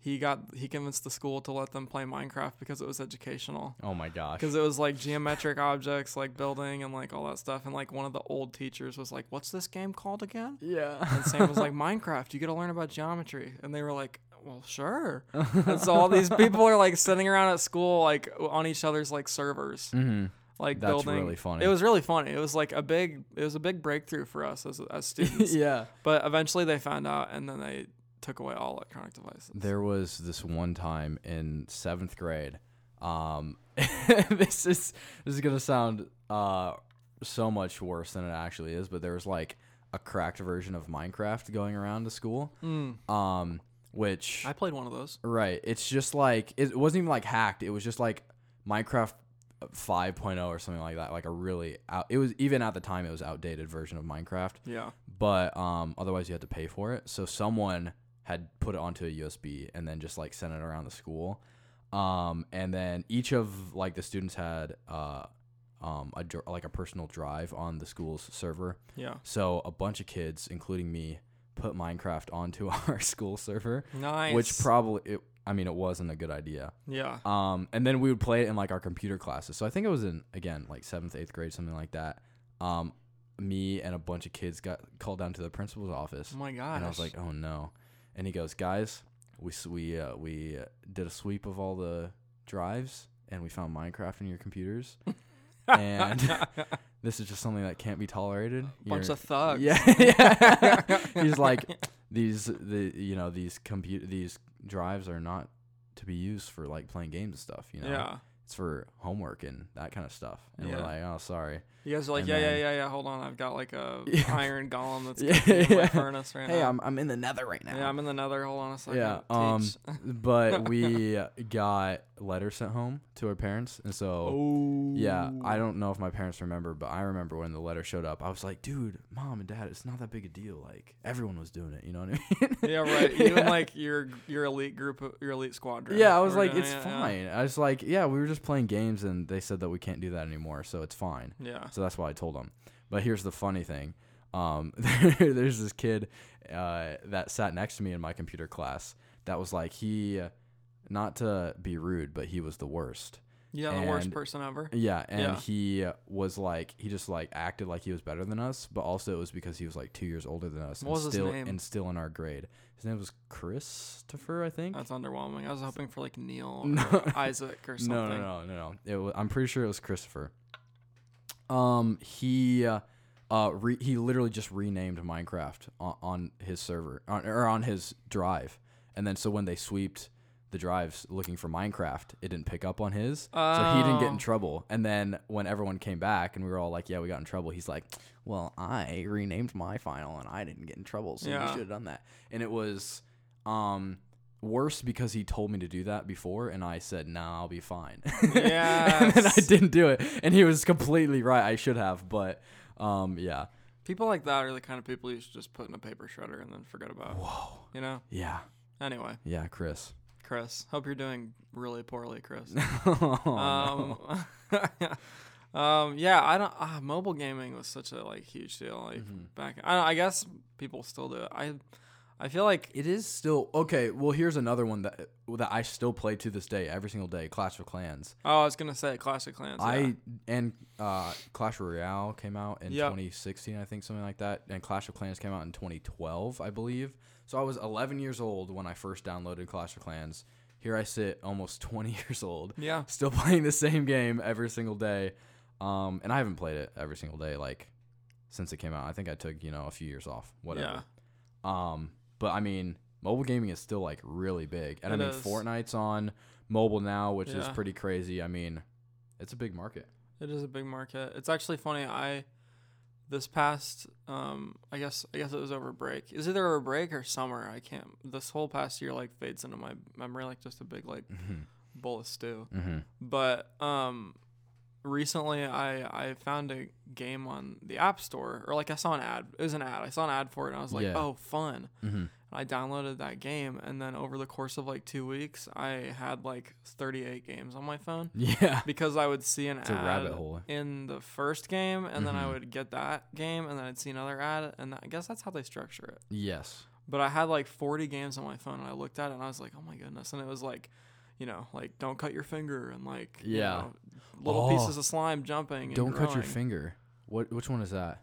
C: he got he convinced the school to let them play Minecraft because it was educational.
B: Oh my gosh.
C: Because it was like geometric objects, like building and like all that stuff. And like one of the old teachers was like, "What's this game called again?"
B: Yeah.
C: And Sam was like, Minecraft, you get to learn about geometry. And they were like, well, sure. and so all these people are like sitting around at school, like w- on each other's like servers,
B: mm-hmm.
C: like
B: That's
C: building.
B: really funny.
C: It was really funny. It was like a big, it was a big breakthrough for us as, as students.
B: yeah.
C: But eventually they found out and then they took away all electronic devices.
B: There was this one time in seventh grade. Um, this is this is gonna sound uh so much worse than it actually is, but there was like a cracked version of Minecraft going around to school.
C: Mm,
B: Um, which
C: I played one of those.
B: Right. It's just like it wasn't even like hacked. It was just like Minecraft 5.0 or something like that. Like a really out. It was even at the time it was outdated version of Minecraft,
C: Yeah.
B: but um otherwise you had to pay for it. So someone had put it onto a USB and then just like sent it around the school. Um and then each of like the students had uh um a dr- like a personal drive on the school's server.
C: Yeah.
B: So a bunch of kids including me put Minecraft onto our school server
C: Nice.
B: which probably it, I mean it wasn't a good idea.
C: yeah.
B: Um, and then we would play it in like our computer classes. So I think it was in again like seventh, eighth grade, something like that. Um, me and a bunch of kids got called down to the principal's office,
C: Oh my gosh.
B: and I was like, oh no. And he goes, guys, we s- we uh, we uh, did a sweep of all the drives, and we found Minecraft in your computers. and this is just something that can't be tolerated.
C: bunch
B: You're-
C: of thugs.
B: yeah. He's like, these the you know these compute these drives are not to be used for like playing games and stuff. You know,
C: Yeah.
B: it's for homework and that kind of stuff. And we're
C: Yeah.
B: like, oh, sorry.
C: You guys are like,
B: And
C: yeah, yeah,
B: then-
C: yeah, yeah. Hold on, I've got like a
B: Yeah.
C: iron golem that's
B: Yeah,
C: cooking in
B: yeah.
C: my furnace right
B: Hey,
C: now.
B: I'm I'm in the nether right now.
C: yeah, I'm in the nether. Hold on a second.
B: Yeah, um,
C: Teach.
B: but we got letters sent home to our parents, and so.
C: oh.
B: Yeah, I don't know if my parents remember, but I remember when the letter showed up. I was like, "Dude, mom and dad, it's not that big a deal. Like everyone was doing it, you know what I mean?"
C: Yeah, right. Even
B: Yeah.
C: like your your elite group, of- your elite squadron.
B: Yeah, I was
C: We're
B: like,
C: doing
B: it's
C: it, yeah.
B: fine. I was like, yeah, we were just playing games, and they said that we can't do that anymore, so it's fine.
C: Yeah.
B: So that's why I told them. But here's the funny thing: um, there, there's this kid uh, that sat next to me in my computer class that was like he, not to be rude, but he was the worst.
C: Yeah, the worst
B: And-
C: person ever.
B: Yeah, and
C: Yeah.
B: he was like he just like acted like he was better than us, but also it was because he was like two years older than us
C: What was
B: and
C: his
B: still
C: name?
B: and still in our grade. His name was Christopher, I think.
C: That's underwhelming. I was hoping for like Neil or
B: No.
C: Isaac or something.
B: No, no, no, no, no. It was, I'm pretty sure it was Christopher. Um, he, uh, uh, re- he literally just renamed Minecraft on, on his server on, or on his drive, and then so when they sweeped the drives looking for Minecraft, it didn't pick up on his, so he didn't get in
C: Oh.
B: trouble. And then when everyone came back and we were all like, "Yeah, we got in trouble," he's like, "Well, I renamed my file and I didn't get in trouble, so you
C: Yeah.
B: should have done that." And it was, um, worse because he told me to do that before and I said, nah, I'll be fine. and then I
C: Yes.
B: didn't do it. And he was completely right. I should have, but um yeah.
C: People like that are the kind of people you should just put in a paper shredder and then forget about.
B: Whoa.
C: You know?
B: Yeah.
C: Anyway,
B: Yeah, Chris.
C: Chris, hope you're doing really poorly, Chris.
B: Oh, no.
C: um, um, yeah, I don't. Uh, mobile gaming was such a like huge deal. Like back, I, I guess people still do it. I, I feel like
B: It is still okay. Well, here's another one that that I still play to this day, every single day. Clash of Clans.
C: oh, I was gonna say Clash of Clans. yeah.
B: I and uh, Clash Royale came out in
C: Yep.
B: 2016, I think, something like that. And Clash of Clans came out in 2012, I believe. So I was 11 years old when I first downloaded Clash of Clans. Here I sit, almost 20 years old,
C: yeah,
B: still playing the same game every single day. Um, and I haven't played it every single day like since it came out. I think I took you know a few years off, whatever. Um, but I mean, mobile gaming is still like really big, and
C: It
B: I mean,
C: is.
B: Fortnite's on mobile now, which is
C: Yeah.
B: pretty crazy. I mean, it's a big market.
C: it is a big market. It's actually funny. I this past, um, I guess, I guess it was over break. Is either over break or summer? I can't. This whole past year like fades into my memory like just a big like
B: Mm-hmm.
C: bowl of stew.
B: Mm-hmm.
C: but um recently i i found a game on the app store or like i saw an ad it was an ad i saw an ad for it and i was like
B: Yeah.
C: oh fun
B: Mm-hmm.
C: and i downloaded that game and then over the course of like two weeks i had like 38 games on my phone
B: Yeah.
C: because i would see an
B: It's a
C: ad
B: rabbit hole.
C: in the first game and then i
B: Mhm.
C: would get that game and then i'd see another ad and i guess that's how they structure it
B: Yes.
C: but I had like 40 games on my phone and I looked at it and I was like, oh my goodness. And it was like, you know, like don't cut your finger and like, you
B: Yeah.
C: know, little
B: Oh.
C: pieces of slime jumping. And
B: Don't cut your
C: growing.
B: finger. What? Which one is that?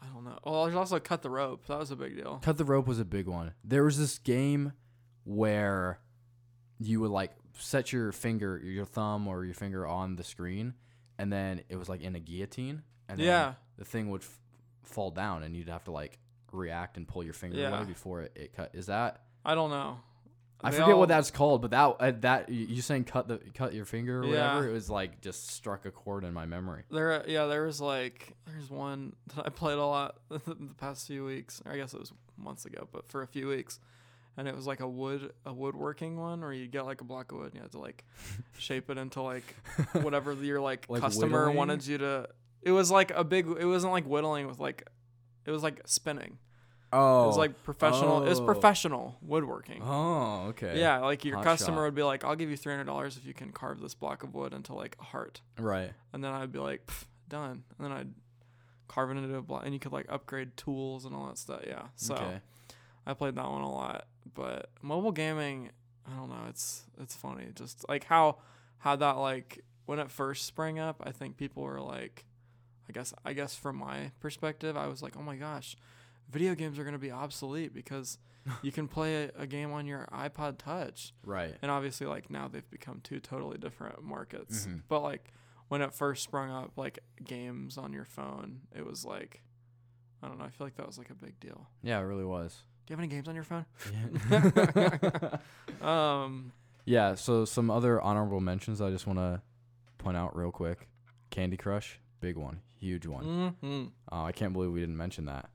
C: I don't know. Well, there's also cut the rope. That was a big deal.
B: Cut the rope was a big one. There was this game where you would like set your finger, your thumb or your finger on the screen, and then it was like in a guillotine, and then
C: Yeah.
B: the thing would f- fall down, and you'd have to like react and pull your finger
C: Yeah.
B: away before it, it cut. Is that?
C: I don't know.
B: I
C: They
B: forget
C: all-
B: what that's called, but that uh, that you- you saying cut the cut your finger or
C: Yeah.
B: whatever, it was like just struck a chord in my memory.
C: There, yeah, there was like, there's one that I played a lot the past few weeks. Or I guess it was months ago, but for a few weeks, and it was like a wood, a woodworking one, where you get like a block of wood and you had to like shape it into like whatever your like,
B: Like
C: customer
B: whittling?
C: wanted you to. It was like a big. It wasn't like whittling with like, it was like spinning.
B: Oh,
C: It was like professional. It was
B: Oh.
C: professional woodworking.
B: oh, okay,
C: Yeah, like your
B: Hot
C: customer
B: shot.
C: would be like, "I'll give you three hundred dollars if you can carve this block of wood into like a heart."
B: right.
C: and then I'd be like, "Pff, done. And then I'd carve it into a block, and you could like upgrade tools and all that stuff. Yeah. So
B: okay.
C: I played that one a lot, but mobile gaming, I don't know. It's it's funny, just like how how that like when it first sprang up, I think people were like, I guess I guess from my perspective, I was like, oh my gosh, video games are gonna be obsolete because you can play a, a game on your iPod Touch
B: right.
C: and obviously like now they've become two totally different markets
B: Mhm.
C: but like when it first sprung up like games on your phone it was like i don't know i feel like that was like a big deal
B: Yeah, it really was.
C: do you have any games on your phone
B: Yeah.
C: um
B: yeah, so some other honorable mentions I just want to point out real quick. Candy Crush, big one, huge one.
C: mhm.
B: Uh, I can't believe we didn't mention that.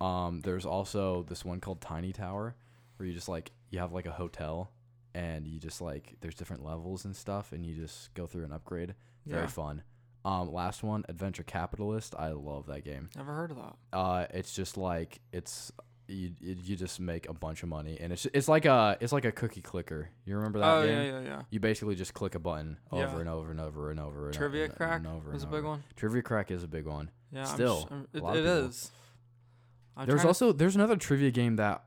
B: Um, there's also this one called Tiny Tower, where you just like you have like a hotel, and you just like there's different levels and stuff, and you just go through and upgrade. Very
C: yeah
B: fun. Um, last one, Adventure Capitalist. I love that game.
C: never heard of that
B: uh, it's just like it's you you you just make a bunch of money and it's it's like a it's like a cookie clicker. You remember that
C: oh
B: game?
C: yeah yeah yeah
B: You basically just click a button over
C: Yeah.
B: and over and over and over. And
C: trivia
B: over
C: crack
B: and over
C: was a
B: and
C: big
B: over.
C: one
B: Trivia crack is a big one.
C: yeah
B: Still,
C: I'm sh- I'm-
B: a
C: it,
B: lot of
C: it
B: people.
C: is I'm
B: There's
C: trying to-
B: also there's another trivia game that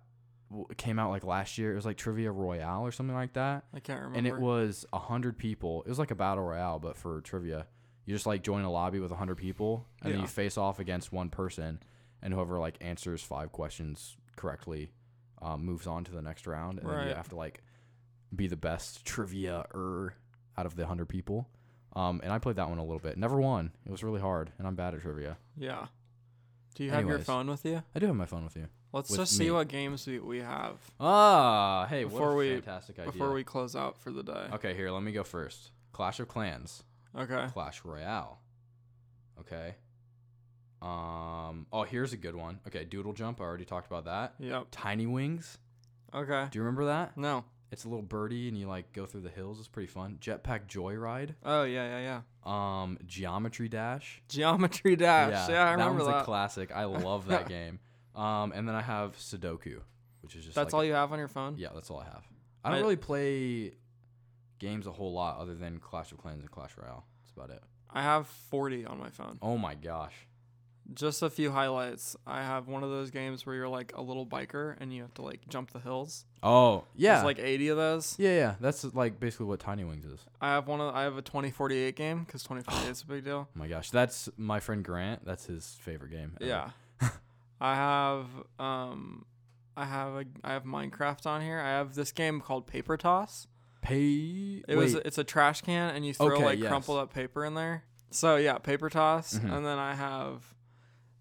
B: w- came out like last year. It was like Trivia Royale or something like that,
C: I can't remember.
B: and it was a hundred people. It was like a battle royale, but for trivia. You just like join a lobby with a hundred people, and then
C: Yeah.
B: you face off against one person, and whoever like answers five questions correctly, um, moves on to the next round, and then you
C: Right.
B: have to like be the best trivia er out of the hundred people. Um, and I played that one a little bit. Never won. It was really hard, and I'm bad at trivia.
C: yeah. Do you have your
B: Anyways.
C: phone with you?
B: I do have my phone with you.
C: Let's
B: With
C: just
B: me.
C: see what games we, we have
B: Ah, hey,
C: Before
B: what a
C: we-
B: fantastic idea.
C: before we close out for the day.
B: Okay, here, let me go first. Clash of Clans,
C: Okay.
B: Clash Royale. Okay. Um, oh, here's a good one. Okay, Doodle Jump, I already talked about that.
C: Yep.
B: Tiny Wings,
C: Okay.
B: do you remember that?
C: No.
B: It's a little birdie and you like go through the hills. It's pretty fun. Jetpack Joyride,
C: Oh yeah yeah yeah.
B: um, Geometry Dash.
C: Geometry Dash. Yeah, Ah, I
B: that
C: remember
B: one's
C: that.
B: a classic. I love that game. Um, and then I have Sudoku, which is just
C: That's
B: like
C: all you have on your phone.
B: Yeah, that's all I have. I don't
C: I-
B: really play games a whole lot other than Clash of Clans and Clash Royale. That's about it.
C: I have 40 on my phone.
B: Oh my gosh.
C: Just a few highlights. I have one of those games where you're like a little biker and you have to like jump the hills.
B: Oh yeah.
C: There's like 80 of those.
B: yeah, yeah. That's like basically what Tiny Wings is.
C: I have one of I have a 2048 game cuz 2048 is a big deal.
B: Oh my gosh. That's my friend Grant. That's his favorite game. ever.
C: Yeah. I have um I have a I have Minecraft on here. I have this game called Paper Toss.
B: Pay.
C: It was it's a trash can and you throw
B: Okay,
C: like
B: yes.
C: crumpled up paper in there. So yeah, Paper Toss
B: Mhm.
C: and then I have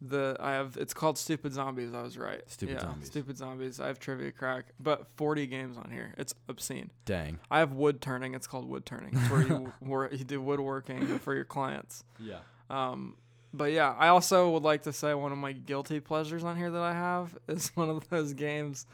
C: the I have it's called Stupid Zombies, I was right.
B: Stupid
C: yeah,
B: Zombies.
C: Stupid Zombies. I have Trivia Crack, but 40 games on here. It's obscene.
B: dang.
C: I have wood turning. It's called wood turning. It's where you wor- you do woodworking for your clients.
B: Yeah.
C: Um, but yeah, I also would like to say one of my guilty pleasures on here that I have is one of those games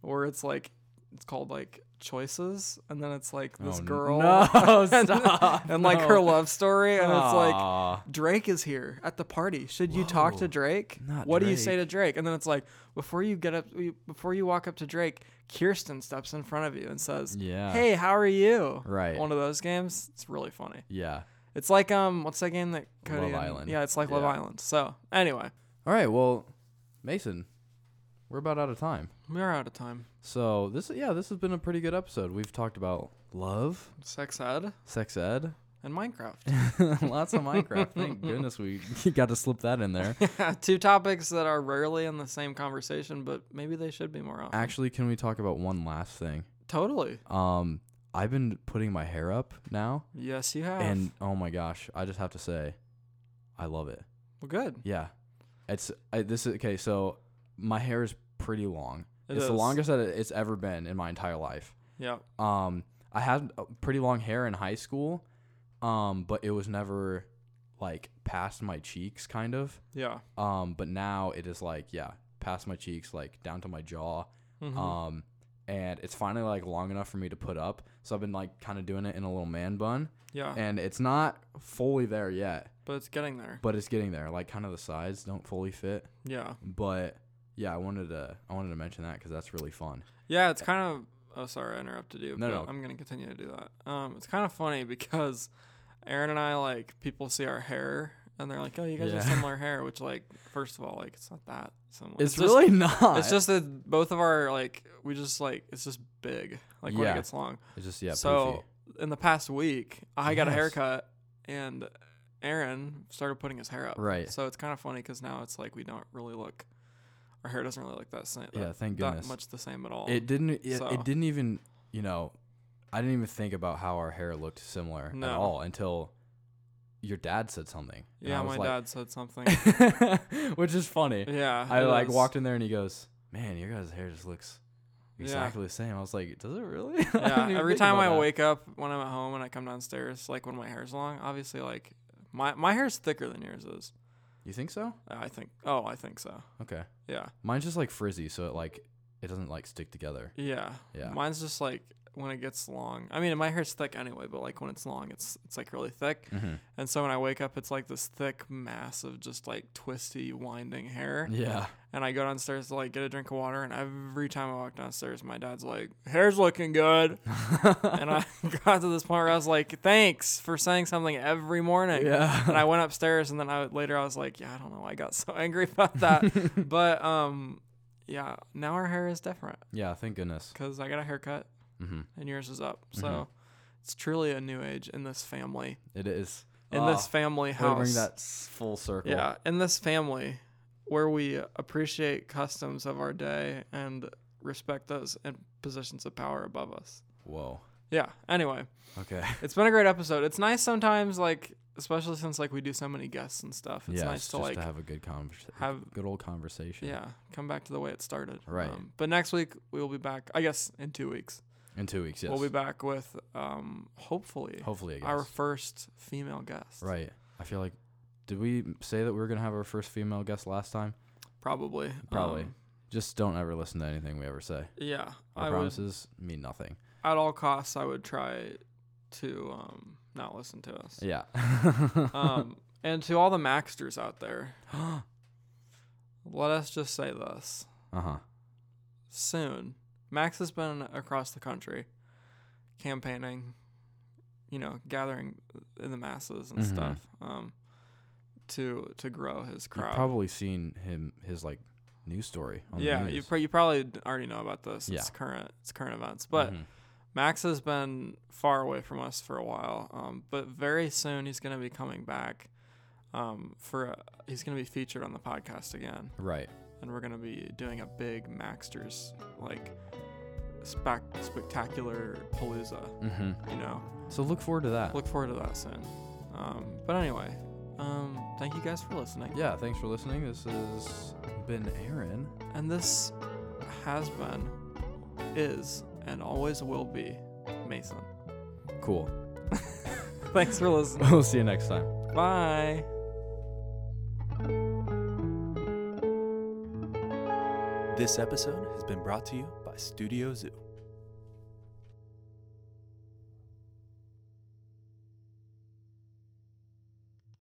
C: where it's like it's called like choices, and then it's like this girl
B: Oh, No,
C: and,
B: stop.
C: and, like her love story, and it's like
B: Aw.
C: Drake is here at the party. Should you talk
B: Whoa,
C: to Drake?
B: not
C: what do you say to Drake? And then it's like before you get up, before you walk up to Drake, Kirsten steps in front of you and says,
B: Yeah.
C: "Hey, how are you?"
B: Right.
C: One of those games. It's really funny.
B: Yeah.
C: It's like um, what's that game that Cody?
B: Love
C: and-
B: Island.
C: Yeah, it's like Love
B: Yeah.
C: Island. So anyway,
B: All right. Well, Mason, we're about out of time.
C: we're out of time.
B: So this, yeah, this has been a pretty good episode. We've talked about love,
C: Sex ed
B: sex ed,
C: and Minecraft.
B: lots of Minecraft. Thank goodness we got to slip that in there.
C: Two topics that are rarely in the same conversation, but maybe they should be more often.
B: Actually, can we talk about one last thing?
C: totally.
B: Um, I've been putting my hair up now,
C: Yes, you have.
B: and oh my gosh, I just have to say, I love it.
C: well, good.
B: Yeah, it's I, this is okay. So my hair is pretty long.
C: It
B: it's the
C: is.
B: longest that it- it's ever been in my entire life.
C: Yeah.
B: Um, I had uh, pretty long hair in high school, um, but it was never like past my cheeks, kind of.
C: Yeah.
B: Um, but now it is like, yeah, past my cheeks, like down to my jaw.
C: Mhm.
B: Um, and it's finally like long enough for me to put up. So I've been like kind of doing it in a little man bun,
C: yeah.
B: and it's not fully there yet,
C: but it's getting there.
B: but it's getting there. Like kind of the sides don't fully fit,
C: Yeah.
B: but yeah, I wanted to I wanted to mention that because that's really fun.
C: Yeah, it's kind of. Oh, sorry, I interrupted you.
B: No,
C: but
B: no.
C: I'm gonna continue to do that. Um, it's kind of funny because Aaron and I like people see our hair and they're like, "Oh, you guys
B: Yeah.
C: have similar hair," which like, first of all, like it's not that similar.
B: It's,
C: just-
B: really not.
C: It's just that both of our like we just like it's just big like when
B: Yeah.
C: it gets long.
B: it's just yeah. poofy.
C: so in the past week, I got a
B: Yes.
C: haircut and Aaron started putting his hair up.
B: Right.
C: So it's kind of funny because now it's like we don't really look. Our hair doesn't really look that same.
B: Yeah,
C: that-
B: thank
C: that
B: goodness.
C: much the same at all.
B: It didn't. It,
C: So-
B: it didn't even. You know, I didn't even think about how our hair looked similar at
C: No.
B: all until your dad said something. And
C: Yeah,
B: I
C: my
B: was
C: dad said something.
B: like, which is funny.
C: yeah,
B: I
C: it
B: like
C: is.
B: walked in there and he goes, "Man, your guys' hair just looks
C: Yeah.
B: exactly the same." I was like, "Does it really?" I
C: Yeah,
B: didn't even
C: every
B: think
C: time I
B: about that.
C: wake up when I'm at home and I come downstairs, like when my hair's long, obviously, like my my hair's thicker than yours is.
B: You think so?
C: I think. Oh, I think so.
B: Okay,
C: Yeah,
B: mine's just like frizzy, so it like it doesn't like stick together.
C: yeah,
B: Yeah.
C: Mine's just like when it gets long. I mean, my hair's thick anyway, but like when it's long, it's it's like really thick.
B: Mhm.
C: And so when I wake up, it's like this thick mass of just like twisty, winding hair.
B: Yeah.
C: And I go downstairs to like get a drink of water, and every time I walk downstairs, my dad's like, "Hair's looking good." and I got to this point where I was like, "Thanks for saying something every morning."
B: Yeah.
C: And I went upstairs, and then I later I was like, "Yeah, I don't know. why I got so angry about that." but um, yeah, now our hair is different
B: yeah. Thank goodness.
C: because I got a haircut
B: Mm-hmm.
C: and yours is up. So it's truly a new age in this family.
B: It is.
C: In
B: Ah,
C: this family
B: way to
C: house.
B: bring that s- full circle.
C: yeah, in this family where we appreciate customs of our day and respect those in positions of power above us.
B: Whoa.
C: Yeah. Anyway,
B: Okay.
C: it's been a great episode. It's nice sometimes like especially since like we do so many guests and stuff. It's
B: yeah.
C: nice
B: it's
C: to
B: just
C: like
B: to have a good conversation.
C: have-
B: good old conversation.
C: yeah, come back to the way it started. Um,
B: Right.
C: but next week we will be back. I guess in two weeks
B: In two weeks. Yes.
C: we'll be back with um hopefully
B: Hopefully. I guess.
C: our first female guest.
B: right. I feel like. Did we say that we were gonna have our first female guest last time?
C: Probably.
B: Probably.
C: Um,
B: Just don't ever listen to anything we ever say.
C: yeah.
B: Our
C: I would,
B: promises mean nothing.
C: at all costs, I would try to um, not listen to us.
B: Yeah.
C: Um, and to all the Maxters out there, let us just say this.
B: uh huh.
C: Soon, Max has been across the country campaigning, you know, gathering in the masses and
B: Mhm.
C: stuff um, to to grow his
B: You've
C: crowd.
B: probably seen him his like news story. On
C: yeah,
B: the
C: you,
B: news.
C: pr- you probably d- already know about this. It's
B: Yeah.
C: current. It's current events, but
B: Mhm.
C: Max has been far away from us for a while, um, but very soon he's going to be coming back. Um, for uh, he's going to be featured on the podcast again,
B: right.
C: and we're going to be doing a big Maxters like spec spectacular palooza.
B: hmm
C: You know,
B: So look forward to that.
C: look forward to that soon. Um, but anyway, um, thank you guys for listening.
B: yeah. Thanks for listening. This has been Aaron.
C: And this has been, is, and always will be Mason.
B: Cool.
C: Thanks for listening.
B: we'll see you next time.
C: Bye.
A: This episode has been brought to you by Studio Zoo.